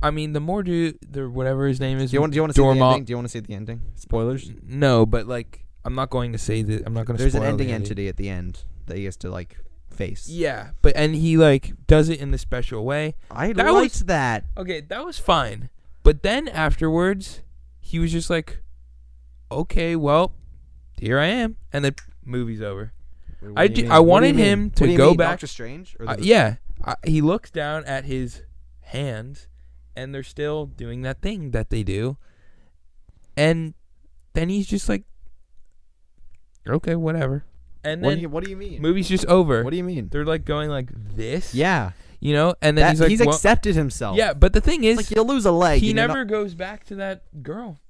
[SPEAKER 2] I mean, the more do the whatever his name is.
[SPEAKER 1] Do you want? Do you want to see the
[SPEAKER 2] Dorma-
[SPEAKER 1] ending? Do you want to see the ending? Spoilers.
[SPEAKER 2] No, but like, I'm not going to say that. I'm not going to.
[SPEAKER 1] There's an ending entity at the end that he has to like face.
[SPEAKER 2] Yeah, but and he like does it in the special way.
[SPEAKER 1] I
[SPEAKER 2] That
[SPEAKER 1] liked
[SPEAKER 2] was-
[SPEAKER 1] that.
[SPEAKER 2] Okay, that was fine. But then afterwards, he was just like, "Okay, well, here I am," and the movie's over. I do- I wanted him to go back-
[SPEAKER 1] Doctor Strange. Or
[SPEAKER 2] Uh,
[SPEAKER 1] the-
[SPEAKER 2] yeah, I, he looks down at his hands, and they're still doing that thing that they do, and then he's just like, "Okay, whatever," and
[SPEAKER 1] What do
[SPEAKER 2] then
[SPEAKER 1] you, what do you mean?
[SPEAKER 2] movie's just over.
[SPEAKER 1] What do you mean?
[SPEAKER 2] they're like going like this,
[SPEAKER 1] Yeah,
[SPEAKER 2] you know, and then
[SPEAKER 1] that-
[SPEAKER 2] he's like, "Well-"
[SPEAKER 1] accepted himself.
[SPEAKER 2] yeah, but the thing
[SPEAKER 1] it's
[SPEAKER 2] is,
[SPEAKER 1] like you'll lose a leg.
[SPEAKER 2] he
[SPEAKER 1] and you're
[SPEAKER 2] never goes back to that girl.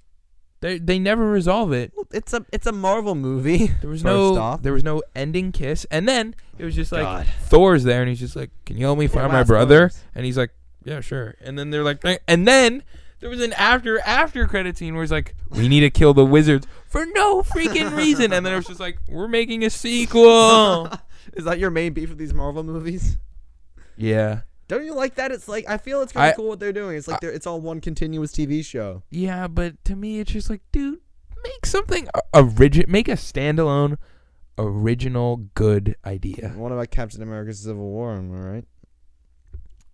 [SPEAKER 2] They they never resolve it.
[SPEAKER 1] not- it's a it's a Marvel movie.
[SPEAKER 2] [laughs] There was
[SPEAKER 1] First
[SPEAKER 2] no
[SPEAKER 1] off.
[SPEAKER 2] there was no ending kiss, and then it was just like
[SPEAKER 1] God.
[SPEAKER 2] Thor's there, and he's just like, "Can you help me find my
[SPEAKER 1] last
[SPEAKER 2] brother?"
[SPEAKER 1] words.
[SPEAKER 2] And he's like, "Yeah, sure." And then they're like, "Eh." and then there was an after after credit scene where it's like, "We need to kill the wizards for no freaking reason," and then it was just like, "We're making a sequel." [laughs]
[SPEAKER 1] Is that your main beef with these Marvel movies?
[SPEAKER 2] yeah,
[SPEAKER 1] Don't you like that? It's like I feel it's kind
[SPEAKER 2] I-
[SPEAKER 1] of cool what they're doing. It's
[SPEAKER 2] I-
[SPEAKER 1] like they're, it's all one continuous TV show.
[SPEAKER 2] yeah, but to me, it's just like, dude, make something original, make a standalone, original, good idea.
[SPEAKER 1] What about Captain America's Civil War? Am I right?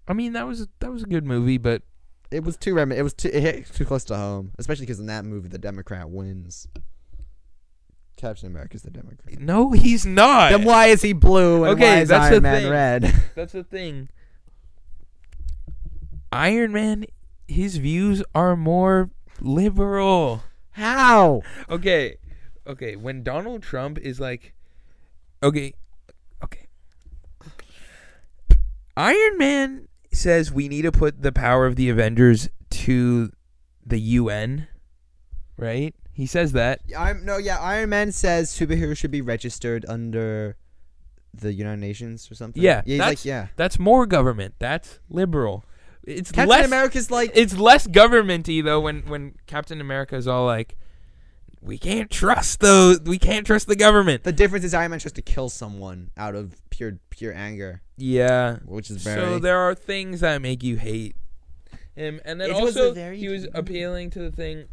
[SPEAKER 2] I mean, that was that was a good movie, but
[SPEAKER 1] It was too rem. It was too it hit too close to home, especially because in that movie the Democrat wins. Captain America's the Democrat.
[SPEAKER 2] no, he's not.
[SPEAKER 1] Then why is he blue and
[SPEAKER 2] Okay,
[SPEAKER 1] why is
[SPEAKER 2] that's the
[SPEAKER 1] Iron Man
[SPEAKER 2] thing.
[SPEAKER 1] red? [laughs]
[SPEAKER 2] That's the thing. Iron Man, his views are more liberal.
[SPEAKER 1] How?
[SPEAKER 2] Okay, okay. When Donald Trump is like, okay, okay. Iron Man says we need to put the power of the Avengers to the UN, right? He says that.
[SPEAKER 1] I'm no, yeah. Iron Man says superheroes should be registered under the United Nations or something.
[SPEAKER 2] Yeah,
[SPEAKER 1] yeah, he's
[SPEAKER 2] that's,
[SPEAKER 1] like yeah.
[SPEAKER 2] That's more government. That's liberal. It's
[SPEAKER 1] Captain
[SPEAKER 2] less.
[SPEAKER 1] America's like
[SPEAKER 2] it's less governmenty though when when Captain America is all like, we can't trust those. We can't trust the government.
[SPEAKER 1] the difference is Iron Man tries to kill someone out of pure pure anger,
[SPEAKER 2] Yeah.
[SPEAKER 1] which is very.
[SPEAKER 2] So there are things that make you hate him, and then
[SPEAKER 1] It was
[SPEAKER 2] also
[SPEAKER 1] a very-
[SPEAKER 2] he was appealing to the thing.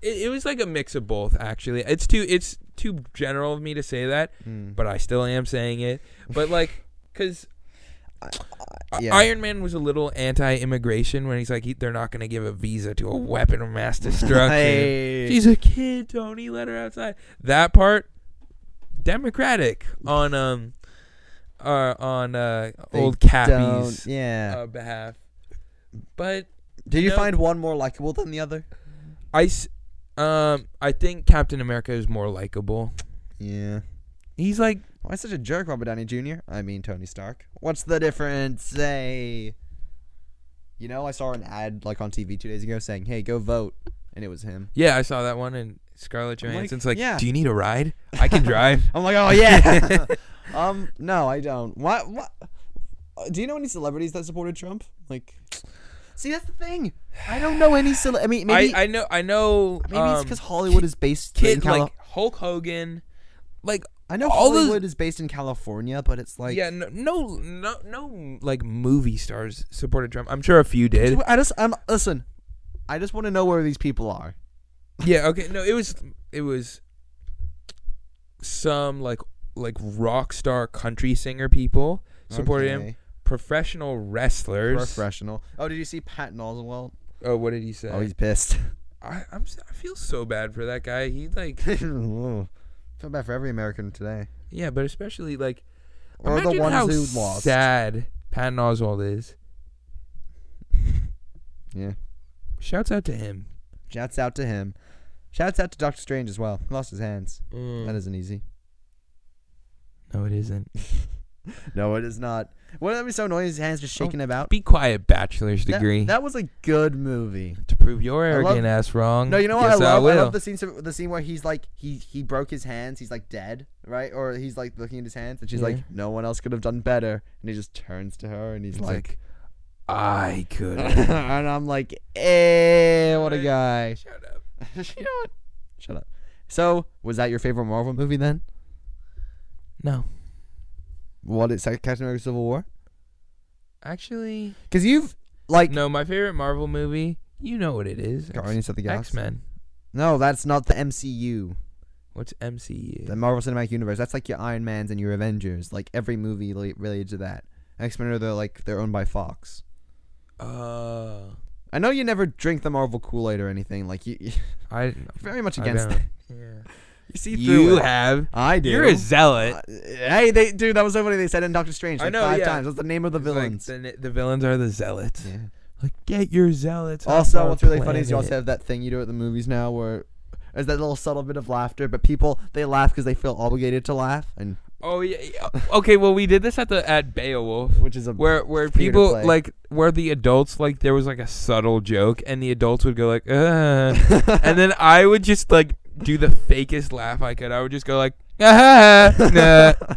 [SPEAKER 2] It, it was like a mix of both, actually. It's too it's too general of me to say that,
[SPEAKER 1] Mm. [laughs]
[SPEAKER 2] but I still am saying it. But like, cause
[SPEAKER 1] I-
[SPEAKER 2] I-
[SPEAKER 1] yeah.
[SPEAKER 2] Iron Man was a little anti-immigration when he's like, he, they're not going to give a visa to a weapon of
[SPEAKER 1] [laughs]
[SPEAKER 2] mass destruction.
[SPEAKER 1] Hey.
[SPEAKER 2] She's a kid, Tony. Let her outside. That part, Democratic on um, uh, on uh,
[SPEAKER 1] They
[SPEAKER 2] old
[SPEAKER 1] don't-
[SPEAKER 2] Cappy's
[SPEAKER 1] Yeah.
[SPEAKER 2] uh, behalf. But
[SPEAKER 1] Did you
[SPEAKER 2] no.
[SPEAKER 1] find one more likable than the other?
[SPEAKER 2] I, s- um, I think Captain America is more likable.
[SPEAKER 1] Yeah.
[SPEAKER 2] He's like,
[SPEAKER 1] Why Oh, such a jerk, Robert Downey Jr.? I mean, Tony Stark. What's the difference? Hey. You know, I saw an ad like on TV two days ago saying, "Hey, go vote," and it was him.
[SPEAKER 2] yeah, I saw that one, and Scarlett
[SPEAKER 1] I'm like,
[SPEAKER 2] Johansson's like,
[SPEAKER 1] yeah.
[SPEAKER 2] do you need a ride? I
[SPEAKER 1] [laughs]
[SPEAKER 2] can drive.
[SPEAKER 1] I'm like,
[SPEAKER 2] [laughs]
[SPEAKER 1] oh yeah. [laughs] um, no, I don't. What? What? uh, Do you know any celebrities that supported Trump? Like, see, that's the thing. I don't know any cele. I mean, maybe
[SPEAKER 2] I, I know, I know.
[SPEAKER 1] maybe it's
[SPEAKER 2] um,
[SPEAKER 1] because Hollywood is based in
[SPEAKER 2] kid
[SPEAKER 1] Cali-
[SPEAKER 2] like Hulk Hogan, like
[SPEAKER 1] I know
[SPEAKER 2] all those-
[SPEAKER 1] Hollywood is based in California, but it's like
[SPEAKER 2] yeah, no, no, no, no, like movie stars supported Trump. I'm sure a few did.
[SPEAKER 1] I just I'm listen. I just want to know where these people are.
[SPEAKER 2] yeah, okay, no, it was it was some like like rock star country singer people supported him.
[SPEAKER 1] Okay.
[SPEAKER 2] Professional wrestlers.
[SPEAKER 1] Professional. Oh, did you see Pat Oswalt?
[SPEAKER 2] oh, what did he say?
[SPEAKER 1] Oh, he's pissed. [laughs]
[SPEAKER 2] I, I'm s- I feel so bad for that guy. He like
[SPEAKER 1] Feel bad for every American today.
[SPEAKER 2] yeah, but especially like
[SPEAKER 1] Or
[SPEAKER 2] imagine
[SPEAKER 1] the ones
[SPEAKER 2] how
[SPEAKER 1] who lost.
[SPEAKER 2] sad Patton Oswald is.
[SPEAKER 1] Yeah.
[SPEAKER 2] Shouts out to him.
[SPEAKER 1] Shouts out to him. Shouts out to Doctor Strange as well. He lost his hands. That isn't easy.
[SPEAKER 2] No, it isn't.
[SPEAKER 1] No, it is not. What that be so annoying? His hands just shaking about.
[SPEAKER 2] Be quiet, bachelor's
[SPEAKER 1] That-
[SPEAKER 2] degree.
[SPEAKER 1] That, was a good movie.
[SPEAKER 2] to prove your
[SPEAKER 1] I love-
[SPEAKER 2] arrogant ass wrong.
[SPEAKER 1] No, you know what
[SPEAKER 2] Yes,
[SPEAKER 1] I love? I,
[SPEAKER 2] will.
[SPEAKER 1] love the scene. The scene where he's like, he he broke his hands. He's like dead, right? Or he's like looking at his hands, and she's
[SPEAKER 2] Yeah.
[SPEAKER 1] like, no one else could have done better. And he just turns to her, and he's,
[SPEAKER 2] It's like,
[SPEAKER 1] like,
[SPEAKER 2] I could.
[SPEAKER 1] [laughs] and I'm like, eh, what a
[SPEAKER 2] Right. [laughs]
[SPEAKER 1] guy.
[SPEAKER 2] Shut up.
[SPEAKER 1] you know what? Shut up. So, was that your favorite Marvel movie then?
[SPEAKER 2] No,
[SPEAKER 1] What is Captain America: Civil War?
[SPEAKER 2] actually,
[SPEAKER 1] Because you've like
[SPEAKER 2] no. My favorite Marvel movie. You know what it is?
[SPEAKER 1] Guardians of the
[SPEAKER 2] X
[SPEAKER 1] Galaxy.
[SPEAKER 2] Men.
[SPEAKER 1] No, that's not the MCU,
[SPEAKER 2] What's MCU?
[SPEAKER 1] the Marvel Cinematic Universe. That's like your Iron Man's and your Avengers. Like every movie li- related to that. X Men are they're like they're owned by Fox.
[SPEAKER 2] uh,
[SPEAKER 1] I know you never drink the Marvel Kool Aid or anything. Like you, [laughs] you're
[SPEAKER 2] I
[SPEAKER 1] very much
[SPEAKER 2] I
[SPEAKER 1] against
[SPEAKER 2] don't.
[SPEAKER 1] that. [laughs]
[SPEAKER 2] [laughs] Yeah.
[SPEAKER 1] You see
[SPEAKER 2] You
[SPEAKER 1] it.
[SPEAKER 2] have.
[SPEAKER 1] I do.
[SPEAKER 2] You're a zealot.
[SPEAKER 1] Uh, hey, they dude, that was so funny. They said in Doctor Strange
[SPEAKER 2] I
[SPEAKER 1] like
[SPEAKER 2] know,
[SPEAKER 1] five
[SPEAKER 2] yeah.
[SPEAKER 1] times. That's the name of the
[SPEAKER 2] It's like
[SPEAKER 1] villains.
[SPEAKER 2] the, the villains are the zealots.
[SPEAKER 1] yeah.
[SPEAKER 2] Like get your zealots. off
[SPEAKER 1] Also,
[SPEAKER 2] our
[SPEAKER 1] what's really funny is you also
[SPEAKER 2] planet.
[SPEAKER 1] have that thing you do at the movies now where there's that little subtle bit of laughter, but people they laugh because they feel obligated to laugh, and
[SPEAKER 2] Oh yeah. yeah. Okay. Well, we did this at the at Beowulf.
[SPEAKER 1] which is a
[SPEAKER 2] where where
[SPEAKER 1] theater
[SPEAKER 2] people
[SPEAKER 1] play. [laughs]
[SPEAKER 2] like where the adults like there was like a subtle joke and the adults would go like uh,
[SPEAKER 1] [laughs]
[SPEAKER 2] and then I would just like do the fakest laugh I could. I would just go like [laughs] ah, nah.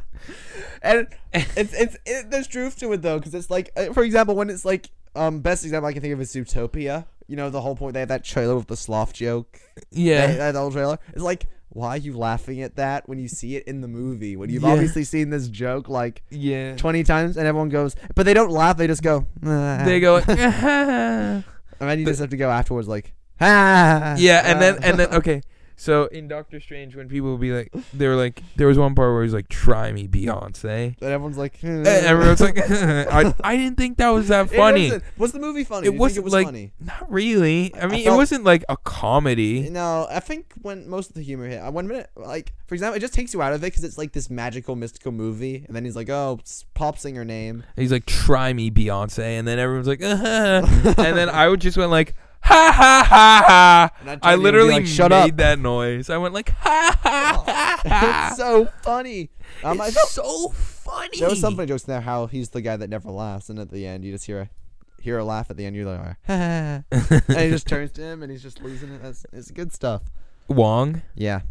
[SPEAKER 1] and it's it's it, there's truth to it though because it's like uh, for example when it's like um best example I can think of is Zootopia. You know the whole point they had that trailer with the sloth joke. They
[SPEAKER 2] yeah.
[SPEAKER 1] had that whole trailer. It's like why are you laughing at that when you see it in the movie when you've
[SPEAKER 2] Yeah.
[SPEAKER 1] obviously seen this joke like
[SPEAKER 2] Yeah.
[SPEAKER 1] 20 times and everyone goes but they don't laugh they just go [laughs] "Ah."
[SPEAKER 2] They go like [laughs] ah.
[SPEAKER 1] And then you just have to go afterwards, like, [laughs] ah.
[SPEAKER 2] Yeah, and then
[SPEAKER 1] ah."
[SPEAKER 2] and then okay. So in Doctor Strange when people would be like they were like there was one part where he's like try me Beyonce.
[SPEAKER 1] [laughs] And everyone's like, [laughs]
[SPEAKER 2] And everyone's like [laughs] I, I didn't think that was that
[SPEAKER 1] It
[SPEAKER 2] funny.
[SPEAKER 1] wasn't- was the movie funny?
[SPEAKER 2] It
[SPEAKER 1] Did you
[SPEAKER 2] wasn't
[SPEAKER 1] think it was
[SPEAKER 2] like-
[SPEAKER 1] funny.
[SPEAKER 2] Not really. I mean, it
[SPEAKER 1] felt-
[SPEAKER 2] wasn't like a comedy.
[SPEAKER 1] No, I think when most of the humor hit, I one minute, like, for example, it just takes you out of it because it's like this magical, mystical movie. And then he's like, oh, s- pop singer name.
[SPEAKER 2] And he's like, "Try me, Beyonce," and then everyone's like,
[SPEAKER 1] [laughs]
[SPEAKER 2] uh-huh. and then I would just went like, "Ha ha ha
[SPEAKER 1] And
[SPEAKER 2] ha!"
[SPEAKER 1] I'd turn to you
[SPEAKER 2] I
[SPEAKER 1] and be
[SPEAKER 2] literally
[SPEAKER 1] like, "Shut
[SPEAKER 2] made
[SPEAKER 1] up." Oh,
[SPEAKER 2] that noise. I went like, "Ha ha ha ha!"
[SPEAKER 1] [laughs] it's so funny. Um, I felt,
[SPEAKER 2] so funny.
[SPEAKER 1] there was some funny jokes in there how he's the guy that never laughs. And at the end, you just hear a, hear a laugh at the end. You're like, [laughs] ah. and he just turns to him and he's just losing it. That's, it's good stuff.
[SPEAKER 2] [laughs] Wong,
[SPEAKER 1] Yeah.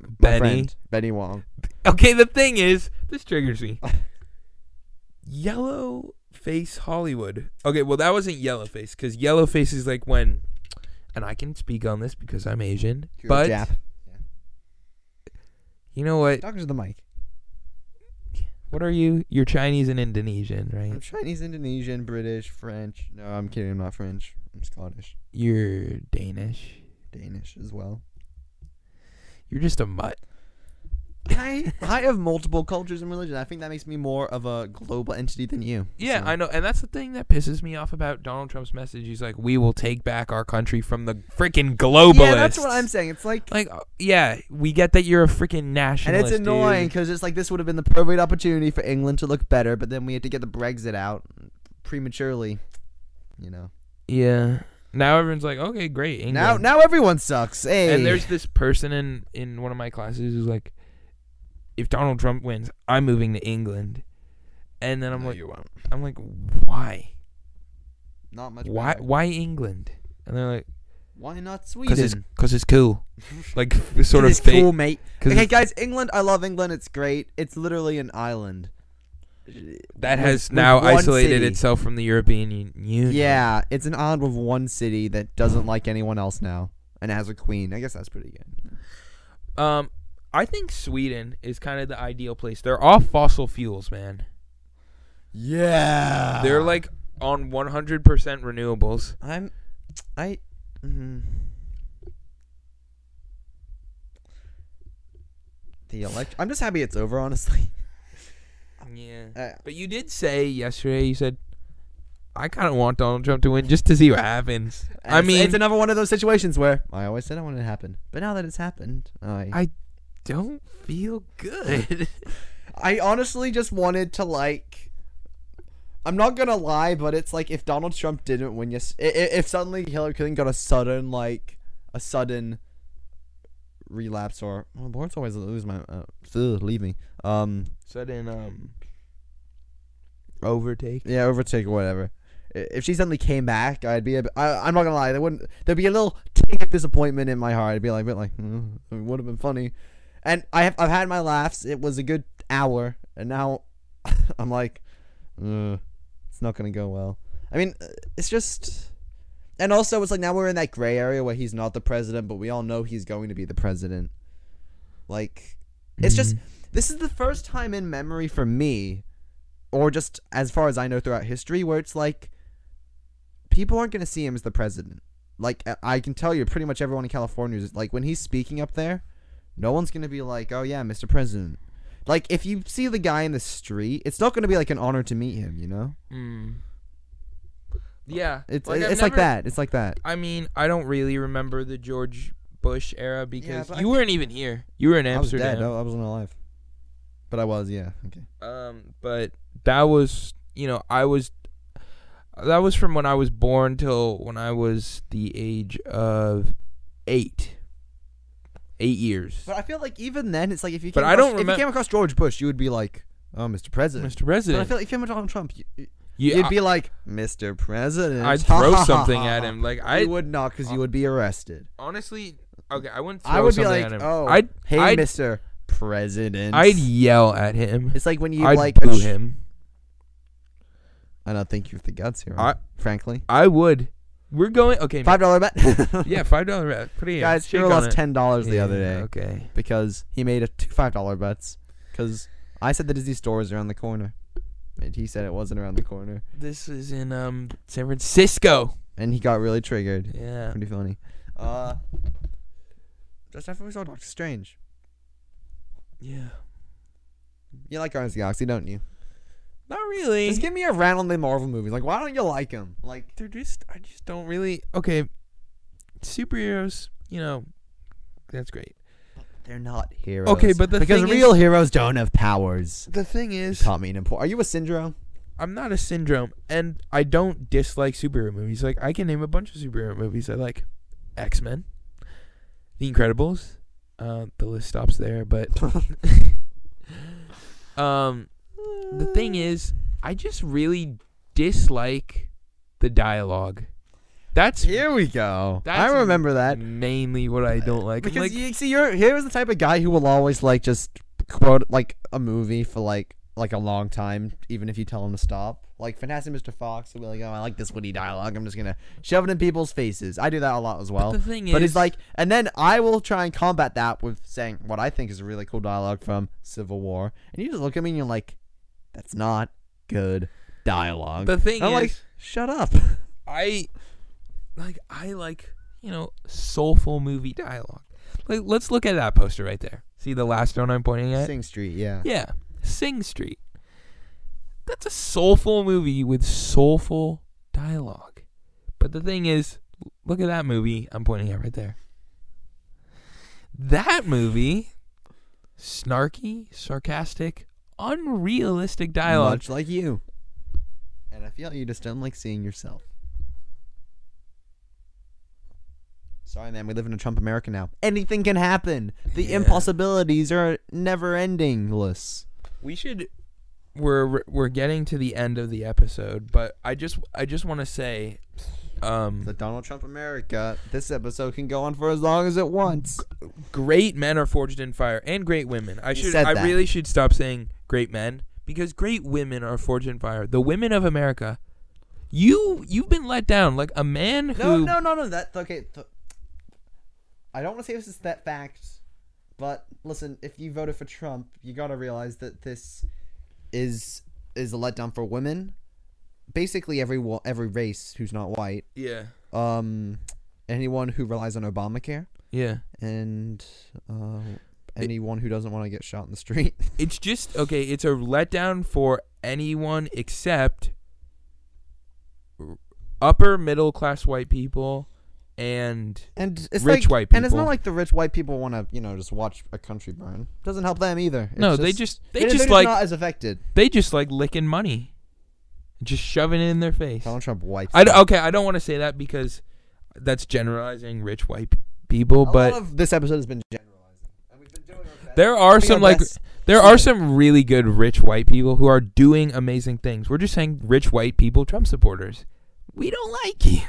[SPEAKER 1] My
[SPEAKER 2] Benny.
[SPEAKER 1] friend, Benny Wong.
[SPEAKER 2] Okay, the thing is, this triggers
[SPEAKER 1] [laughs]
[SPEAKER 2] me. Yellow face Hollywood. Okay, well that wasn't yellow face because yellow face is like when, and I can speak on this because I'm Asian.
[SPEAKER 1] You're a
[SPEAKER 2] but
[SPEAKER 1] Jap.
[SPEAKER 2] you know what?
[SPEAKER 1] Talking to the mic.
[SPEAKER 2] What are you? You're Chinese and Indonesian,
[SPEAKER 1] I'm
[SPEAKER 2] right?
[SPEAKER 1] Chinese, Indonesian, British, French. No, I'm kidding. I'm not French. I'm Scottish,
[SPEAKER 2] You're Danish.
[SPEAKER 1] Danish as well.
[SPEAKER 2] You're just a mutt.
[SPEAKER 1] I, [laughs] I have multiple cultures and religions. I think that makes me more of a global entity than you.
[SPEAKER 2] Yeah,
[SPEAKER 1] So-
[SPEAKER 2] I know, and that's the thing that pisses me off about Donald Trump's message. He's like, "We will take back our country from the freaking globalists."
[SPEAKER 1] Yeah, that's what I'm saying. It's like,
[SPEAKER 2] Like, uh, yeah, we get that you're a freaking
[SPEAKER 1] and
[SPEAKER 2] nationalist,
[SPEAKER 1] it's annoying
[SPEAKER 2] dude.
[SPEAKER 1] because it's like this would have been the perfect opportunity for England to look better, but then we had to get the Brexit out prematurely. You know.
[SPEAKER 2] Yeah, now everyone's like, "Okay, great." England.
[SPEAKER 1] Now, now everyone sucks. Hey.
[SPEAKER 2] and there's this person in in one of my classes who's like, "If Donald Trump wins, I'm moving to England," and then I'm
[SPEAKER 1] No,
[SPEAKER 2] like,
[SPEAKER 1] you won't.
[SPEAKER 2] "I'm like, why?
[SPEAKER 1] Not much.
[SPEAKER 2] Why?
[SPEAKER 1] better.
[SPEAKER 2] Why England?" And they're like,
[SPEAKER 1] Why not
[SPEAKER 2] "Cause it's
[SPEAKER 1] Sweden?
[SPEAKER 2] cause it's
[SPEAKER 1] [laughs]
[SPEAKER 2] cool." like sort of
[SPEAKER 1] it's
[SPEAKER 2] fake.
[SPEAKER 1] cool, mate.
[SPEAKER 2] 'cause
[SPEAKER 1] Okay, guys, England. I love England. It's great. It's literally an island.
[SPEAKER 2] That
[SPEAKER 1] with-
[SPEAKER 2] has
[SPEAKER 1] with
[SPEAKER 2] now
[SPEAKER 1] one
[SPEAKER 2] isolated
[SPEAKER 1] city.
[SPEAKER 2] itself from the European Un- Union.
[SPEAKER 1] Yeah, it's an island with one city that doesn't like anyone else now, and it has a queen. I guess that's pretty good.
[SPEAKER 2] Um, I think Sweden is kind of the ideal place. They're all fossil fuels, man.
[SPEAKER 1] Yeah,
[SPEAKER 2] They're like on 100% renewables.
[SPEAKER 1] I'm, I. Mm, the elect. I'm just happy it's over. Honestly, [laughs]
[SPEAKER 2] Yeah.
[SPEAKER 1] uh,
[SPEAKER 2] But you did say yesterday, you said, I kind of want Donald Trump to win just to see what happens. I
[SPEAKER 1] it's-
[SPEAKER 2] mean,
[SPEAKER 1] it's another one of those situations where I always said I wanted it to happen, but now that it's happened, I
[SPEAKER 2] I don't
[SPEAKER 1] [laughs]
[SPEAKER 2] feel good.
[SPEAKER 1] I honestly just wanted to like. I'm not gonna lie, but it's like if Donald Trump didn't win, yes, i- i- if suddenly Hillary Clinton got a sudden like a sudden relapse or oh, Lawrence always lose my uh, ugh, leave me. Um,
[SPEAKER 2] Sudden, um, overtake.
[SPEAKER 1] yeah, overtake or whatever. I- If she suddenly came back, I'd be. A, bit- I, I'm not gonna lie. There wouldn't. There'd be a little tick of disappointment in my heart. I'd be like, bit like, "Mm, it would have been funny. And I have. I've had my laughs. It was a good hour, and now [laughs] I'm like, "Ugh, it's not gonna go well. I mean, uh, it's just. And also, it's like now we're in that gray area where he's not the president, but we all know he's going to be the president. Like, it's just. This is the first time in memory for me, or just as far as I know throughout history, where it's like people aren't going to see him as the president. Like, I- I can tell you, pretty much everyone in California is like, when he's speaking up there, no one's going to be like, oh, yeah, Mr. President. Like, if you see the guy in the street, it's not going to be like an honor to meet him, you know?
[SPEAKER 2] Mm. Yeah.
[SPEAKER 1] It's
[SPEAKER 2] I've
[SPEAKER 1] it's like
[SPEAKER 2] never-
[SPEAKER 1] that. It's like that.
[SPEAKER 2] I mean, I don't really remember the George Bush era because
[SPEAKER 1] but I
[SPEAKER 2] you weren't even here. You were in
[SPEAKER 1] I was dead. I
[SPEAKER 2] Amsterdam.
[SPEAKER 1] I wasn't alive. But I was, yeah. Okay.
[SPEAKER 2] Um, but that was, you know, I was. That was from when I was born till when I was the age of eight. Eight years.
[SPEAKER 1] But I feel like even then, it's like if you
[SPEAKER 2] But
[SPEAKER 1] came,
[SPEAKER 2] came I across-
[SPEAKER 1] across,
[SPEAKER 2] don't if you remem-
[SPEAKER 1] if
[SPEAKER 2] came
[SPEAKER 1] you came across George Bush, you would be like, oh, Mr. President.
[SPEAKER 2] Mr.
[SPEAKER 1] But I
[SPEAKER 2] President,
[SPEAKER 1] feel like if you were Donald Trump, you,
[SPEAKER 2] you,
[SPEAKER 1] would
[SPEAKER 2] I,
[SPEAKER 1] be like, Mr. President. [laughs]
[SPEAKER 2] I'd throw something at him. Like I
[SPEAKER 1] you would not, because you would be arrested.
[SPEAKER 2] honestly, okay, I wouldn't. Throw
[SPEAKER 1] I would be
[SPEAKER 2] something
[SPEAKER 1] like,
[SPEAKER 2] at him.
[SPEAKER 1] oh,
[SPEAKER 2] I'd,
[SPEAKER 1] hey,
[SPEAKER 2] I'd,
[SPEAKER 1] Mr. President.
[SPEAKER 2] I'd yell at him.
[SPEAKER 1] it's like when you
[SPEAKER 2] I'd
[SPEAKER 1] like.
[SPEAKER 2] boo
[SPEAKER 1] ach-
[SPEAKER 2] him.
[SPEAKER 1] I don't think you have the guts here.
[SPEAKER 2] I-
[SPEAKER 1] frankly,
[SPEAKER 2] I would. We're going. Okay,
[SPEAKER 1] five dollar bet. [laughs]
[SPEAKER 2] Yeah, five dollar bet. Put it in.
[SPEAKER 1] guys,
[SPEAKER 2] Shake
[SPEAKER 1] Hero
[SPEAKER 2] on
[SPEAKER 1] lost
[SPEAKER 2] it.
[SPEAKER 1] ten dollars the
[SPEAKER 2] Yeah,
[SPEAKER 1] other day
[SPEAKER 2] Okay.
[SPEAKER 1] because he made a two five dollar bets because I said the Disney store was around the corner, and he said it wasn't around the corner,
[SPEAKER 2] This is in um San Francisco.
[SPEAKER 1] and he got really triggered.
[SPEAKER 2] Yeah.
[SPEAKER 1] Pretty funny. Uh, just after we saw Doctor Strange,
[SPEAKER 2] Yeah.
[SPEAKER 1] you like Guardians of the Galaxy, don't you?
[SPEAKER 2] Not really.
[SPEAKER 1] Just give me a rant on the Marvel movies. Like, why don't you like them? Like,
[SPEAKER 2] They're just. I just don't really. Okay. Superheroes. You know. That's great.
[SPEAKER 1] they're not heroes.
[SPEAKER 2] Okay, but the
[SPEAKER 1] because
[SPEAKER 2] thing is-
[SPEAKER 1] real heroes don't have powers.
[SPEAKER 2] The thing
[SPEAKER 1] You
[SPEAKER 2] is,
[SPEAKER 1] taught me an important. Are you a Syndrome?
[SPEAKER 2] I'm not a syndrome, and I don't dislike superhero movies. Like I can name a bunch of superhero movies I like. X Men, The Incredibles. Uh, the list stops there,
[SPEAKER 1] [laughs]
[SPEAKER 2] but um, the thing is, I just really dislike the dialogue. That's
[SPEAKER 1] Here we go.
[SPEAKER 2] That's-
[SPEAKER 1] I remember that.
[SPEAKER 2] mainly what I don't like. I'm
[SPEAKER 1] Because
[SPEAKER 2] like,
[SPEAKER 1] you see, you're here's the type of guy who will always like just quote like a movie for like like a long time, even if you tell him to stop. Like Fantastic Mr. Fox, will be like, "Oh, I like this witty dialogue. I'm just gonna shove it in people's faces." I do that a lot as well.
[SPEAKER 2] the thing
[SPEAKER 1] but it's
[SPEAKER 2] is-
[SPEAKER 1] like, and then I will try and combat that with saying what I think is a really cool dialogue from Civil War, and you just look at me and you're like, "That's not good dialogue."
[SPEAKER 2] the thing
[SPEAKER 1] I'm
[SPEAKER 2] is,
[SPEAKER 1] like, "Shut up."
[SPEAKER 2] I like I like you know soulful movie dialogue. Like, let's look at that poster right there. See the last one I'm pointing at?
[SPEAKER 1] Sing Street, yeah.
[SPEAKER 2] Yeah, Sing Street. That's a soulful movie with soulful dialogue. But the thing is, look at that movie I'm pointing at right there. That movie, snarky, sarcastic, unrealistic dialogue.
[SPEAKER 1] Much like you. And I feel you just don't like seeing yourself. Sorry, man. We live in a Trump America now. Anything can happen. The
[SPEAKER 2] Yeah.
[SPEAKER 1] impossibilities are never endingless.
[SPEAKER 2] We should. We're we're getting to the end of the episode, but I just I just want to say, um,
[SPEAKER 1] The Donald Trump America. This episode can go on for as long as it wants.
[SPEAKER 2] great men are forged in fire and great women. I should
[SPEAKER 1] said
[SPEAKER 2] I
[SPEAKER 1] that.
[SPEAKER 2] really should stop saying great men because great women are forged in fire. The women of America. You you've been let down like a man who
[SPEAKER 1] No, no, no, no. That's okay. th- I don't want to say this is that fact, but listen, if you voted for Trump, you got to realize that this is is a letdown for women. Basically, every wa- every race who's not white,
[SPEAKER 2] Yeah.
[SPEAKER 1] um, anyone who relies on Obamacare,
[SPEAKER 2] Yeah.
[SPEAKER 1] and uh, anyone who doesn't want to get shot in the street. [laughs]
[SPEAKER 2] It's just okay, it's a letdown for anyone except upper middle class white people and
[SPEAKER 1] And it's
[SPEAKER 2] Rich
[SPEAKER 1] like,
[SPEAKER 2] white
[SPEAKER 1] And it's not
[SPEAKER 2] people.
[SPEAKER 1] like the rich white people want to, you know, just watch a country burn. Doesn't help them either. It's
[SPEAKER 2] No, they just they
[SPEAKER 1] they're
[SPEAKER 2] just
[SPEAKER 1] they're
[SPEAKER 2] like
[SPEAKER 1] not as affected.
[SPEAKER 2] they just like licking money. Just shoving it in their face.
[SPEAKER 1] Donald Trump wipes.
[SPEAKER 2] I d-
[SPEAKER 1] them.
[SPEAKER 2] okay, I don't want to say that because that's generalizing rich white people,
[SPEAKER 1] A
[SPEAKER 2] but
[SPEAKER 1] lot of this episode has been generalizing, and we've been doing our best.
[SPEAKER 2] there are
[SPEAKER 1] doing
[SPEAKER 2] some
[SPEAKER 1] our
[SPEAKER 2] like
[SPEAKER 1] best.
[SPEAKER 2] there are some really good rich white people who are doing amazing things. We're just saying rich white people Trump supporters. We don't like you.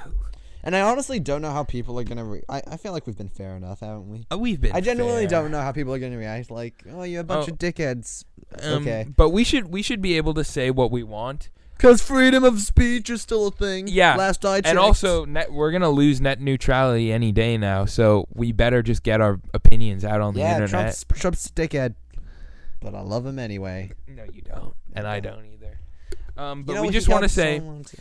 [SPEAKER 1] and I honestly don't know how people are gonna. Re- I I feel like we've been fair enough, haven't we?
[SPEAKER 2] Uh, We've been.
[SPEAKER 1] I genuinely
[SPEAKER 2] fair.
[SPEAKER 1] don't know how people are gonna react. Like, oh, you're a bunch
[SPEAKER 2] Oh.
[SPEAKER 1] of dickheads.
[SPEAKER 2] Um,
[SPEAKER 1] okay,
[SPEAKER 2] but we should we should be able to say what we want.
[SPEAKER 1] because freedom of speech is still a thing.
[SPEAKER 2] Yeah.
[SPEAKER 1] Last I checked.
[SPEAKER 2] And also, net, we're gonna lose net neutrality any day now, so we better just get our opinions out on
[SPEAKER 1] yeah,
[SPEAKER 2] the internet.
[SPEAKER 1] Trump's Trump's a dickhead, but I love him anyway.
[SPEAKER 2] no, you don't, and I don't either. Um, but
[SPEAKER 1] You know,
[SPEAKER 2] we
[SPEAKER 1] he
[SPEAKER 2] just want to
[SPEAKER 1] got
[SPEAKER 2] say.
[SPEAKER 1] someone to-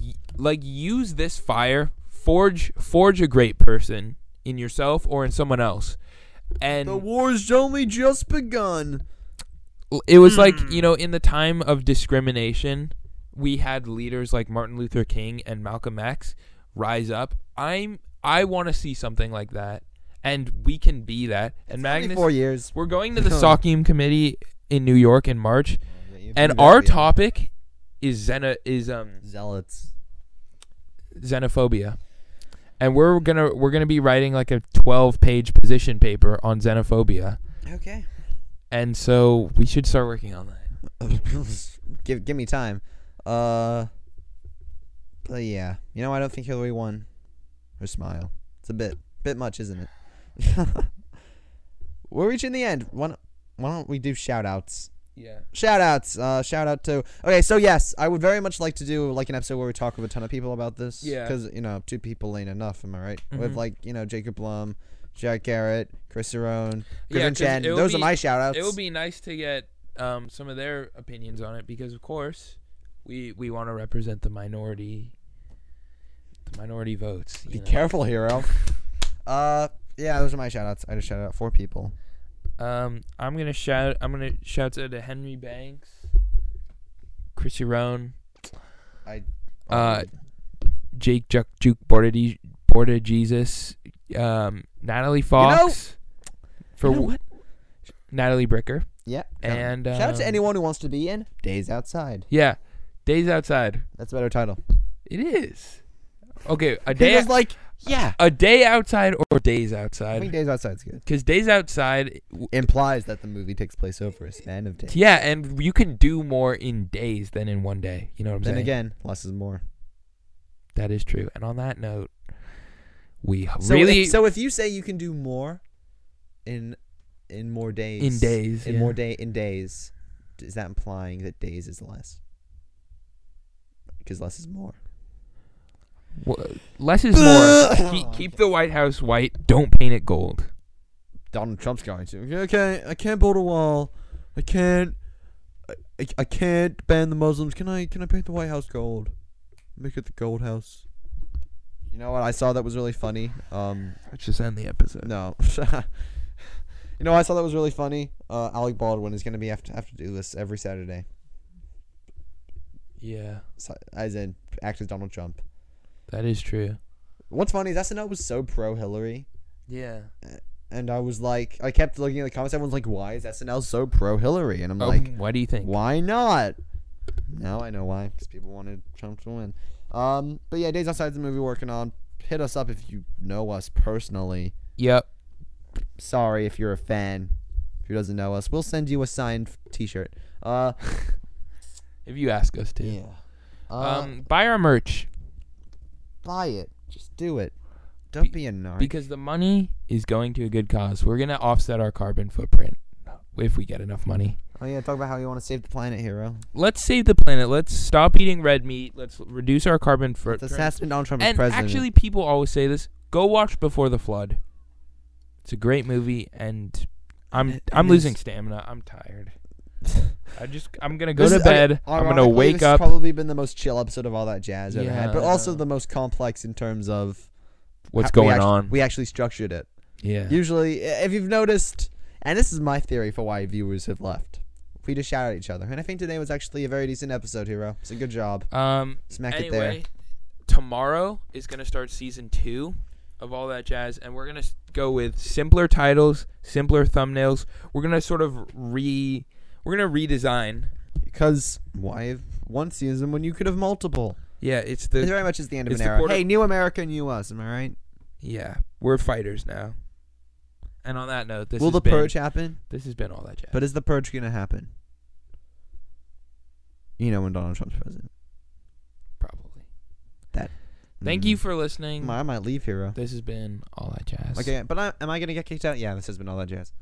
[SPEAKER 2] y- like use this fire forge forge a great person in yourself or in someone else and
[SPEAKER 1] the war's only just begun.
[SPEAKER 2] l- it was like
[SPEAKER 1] Hmm.
[SPEAKER 2] you know in the time of discrimination we had leaders like Martin Luther King and Malcolm X rise up i'm i want to see something like that and we can be that and Magnus
[SPEAKER 1] Four years.
[SPEAKER 2] we're going
[SPEAKER 1] [laughs]
[SPEAKER 2] to the Sakim committee in New York in March and
[SPEAKER 1] Yeah,
[SPEAKER 2] our
[SPEAKER 1] yeah.
[SPEAKER 2] topic is xeno- is um
[SPEAKER 1] zealots.
[SPEAKER 2] xenophobia and we're gonna we're gonna be writing like a 12 page position paper on xenophobia
[SPEAKER 1] Okay.
[SPEAKER 2] and so we should start working on that
[SPEAKER 1] [laughs] give give me time. Uh, but yeah, you know I don't think Hillary won. Her smile. It's a bit bit much, isn't it? [laughs] We're reaching the end. Why don't, why don't we do shout outs?
[SPEAKER 2] yeah
[SPEAKER 1] Shout outs. Uh, shout out to. Okay, so yes, I would very much like to do like an episode where we talk with a ton of people about this.
[SPEAKER 2] Yeah.
[SPEAKER 1] Because you know, two people ain't enough. Am I right? With
[SPEAKER 2] Mhm.
[SPEAKER 1] like you know Jacob Blum, Jack Garrett, Chris Cerrone,
[SPEAKER 2] Yeah,
[SPEAKER 1] Griffin
[SPEAKER 2] 'cause
[SPEAKER 1] Chen.
[SPEAKER 2] it would
[SPEAKER 1] Those are
[SPEAKER 2] be-
[SPEAKER 1] my shout outs.
[SPEAKER 2] it would be nice to get um, some of their opinions on it because of course we we want to represent the minority the minority votes you
[SPEAKER 1] Be
[SPEAKER 2] know.
[SPEAKER 1] careful, hero. Uh, yeah, those are my shout outs. I just shouted out four people.
[SPEAKER 2] um i'm gonna shout i'm gonna shout out to henry banks chrissy roan
[SPEAKER 1] I
[SPEAKER 2] Uh, Jake Juck Juke Borda Borda Jesus, um, Natalie Fox, for
[SPEAKER 1] You know
[SPEAKER 2] w- Natalie Bricker,
[SPEAKER 1] yeah. shout-
[SPEAKER 2] and um,
[SPEAKER 1] shout out to anyone who wants to be in Days Outside.
[SPEAKER 2] Yeah, Days Outside.
[SPEAKER 1] That's a better title.
[SPEAKER 2] It is okay. A
[SPEAKER 1] He
[SPEAKER 2] day
[SPEAKER 1] was like, yeah.
[SPEAKER 2] a day outside or Days
[SPEAKER 1] I think
[SPEAKER 2] Outside
[SPEAKER 1] Days Outside's good.
[SPEAKER 2] because Days Outside. w-
[SPEAKER 1] Implies that the movie takes place over a span of days.
[SPEAKER 2] Yeah, and you can do more in days than in one day. You know what I'm
[SPEAKER 1] Then
[SPEAKER 2] saying?
[SPEAKER 1] again, less is more.
[SPEAKER 2] that is true. And on that note, we
[SPEAKER 1] So
[SPEAKER 2] really
[SPEAKER 1] If, so if you say you can do more, in in more days.
[SPEAKER 2] In days,
[SPEAKER 1] In
[SPEAKER 2] yeah.
[SPEAKER 1] more day in days, is that implying that days is less? Because less is more.
[SPEAKER 2] w- less is more. keep, keep the White House white. Don't paint it gold.
[SPEAKER 1] Donald Trump's going to. "Okay, Okay, I can't build a wall. I can't. I, I, I can't ban the Muslims. Can I? Can I paint the White House gold? Make it the gold house. You You know what I saw that was really funny? Um,
[SPEAKER 2] Let's just end the episode.
[SPEAKER 1] no. [laughs] you know what I saw that was really funny? Uh, Alec Baldwin is going to be have to, have to do this every Saturday.
[SPEAKER 2] Yeah,
[SPEAKER 1] So- As in, act as Donald Trump.
[SPEAKER 2] that is true.
[SPEAKER 1] What's funny is SNL was so pro Hillary.
[SPEAKER 6] Yeah.
[SPEAKER 1] And I was like, I kept looking at the comments. Everyone's like, why is SNL so pro Hillary?
[SPEAKER 2] Oh,
[SPEAKER 1] And I'm like,
[SPEAKER 2] Um, what do you think?
[SPEAKER 1] Why not? Now I know why. Because people wanted Trump to win. Um, but yeah, Days Outside the movie working on. Hit us up if you know us personally.
[SPEAKER 2] Yep.
[SPEAKER 1] Sorry if you're a fan who doesn't know us. We'll send you a signed f- T-shirt. Uh,
[SPEAKER 2] If you ask us to.
[SPEAKER 1] Um,
[SPEAKER 2] Um, buy our merch
[SPEAKER 1] buy it. Just do it. Don't be a nerd.
[SPEAKER 2] because the money is going to a good cause. We're gonna offset our carbon footprint if we get enough money.
[SPEAKER 1] oh yeah, talk about how you want to save the planet, hero.
[SPEAKER 2] Let's save the planet. Let's stop eating red meat. Let's reduce our carbon
[SPEAKER 1] The
[SPEAKER 2] footprint.
[SPEAKER 1] assassin Donald Trump is
[SPEAKER 2] and
[SPEAKER 1] president.
[SPEAKER 2] actually, people always say this. Go watch Before the Flood. It's a great movie, and I'm
[SPEAKER 1] It-
[SPEAKER 2] I'm
[SPEAKER 1] it
[SPEAKER 2] losing
[SPEAKER 1] is.
[SPEAKER 2] stamina. I'm
[SPEAKER 1] [laughs]
[SPEAKER 2] tired. I just I'm gonna go
[SPEAKER 1] This
[SPEAKER 2] to
[SPEAKER 1] is- okay,
[SPEAKER 2] bed. I'm gonna
[SPEAKER 1] ironically,
[SPEAKER 2] wake
[SPEAKER 1] this
[SPEAKER 2] up.
[SPEAKER 1] Has probably been the most chill episode of all that jazz I've ever had, but
[SPEAKER 2] Yeah.
[SPEAKER 1] also the most complex in terms of
[SPEAKER 2] What's
[SPEAKER 1] how- we
[SPEAKER 2] going
[SPEAKER 1] actu-
[SPEAKER 2] on?
[SPEAKER 1] We actually structured it.
[SPEAKER 2] yeah.
[SPEAKER 1] Usually, i- if you've noticed, and this is my theory for why viewers have left. We just shout at each other, and I think today was actually a very decent episode, hero. So good job.
[SPEAKER 2] um.
[SPEAKER 1] Smack it
[SPEAKER 2] anyway,
[SPEAKER 1] there.
[SPEAKER 2] tomorrow is going to start season two of all that jazz, and we're going to go with simpler titles, simpler thumbnails. We're going to sort of re, we're going to redesign.
[SPEAKER 1] Because why have one season when you could have multiple?
[SPEAKER 2] Yeah, it's
[SPEAKER 1] It
[SPEAKER 2] the
[SPEAKER 1] very much is the end of
[SPEAKER 2] it's
[SPEAKER 1] an
[SPEAKER 2] the
[SPEAKER 1] era.
[SPEAKER 2] quarter-
[SPEAKER 1] hey, new America, new us. Am I right?
[SPEAKER 2] yeah. We're fighters now. And on that note, this
[SPEAKER 1] Will
[SPEAKER 2] has
[SPEAKER 1] the
[SPEAKER 2] been,
[SPEAKER 1] purge happen?
[SPEAKER 2] This has been all that jazz.
[SPEAKER 1] But is the purge gonna happen? You know when Donald Trump's president.
[SPEAKER 2] probably. Thank
[SPEAKER 1] Mhm.
[SPEAKER 2] you for listening.
[SPEAKER 1] I might leave, hero.
[SPEAKER 2] This has been all that jazz.
[SPEAKER 1] Okay, but I, am I gonna get kicked out? Yeah, this has been all that jazz.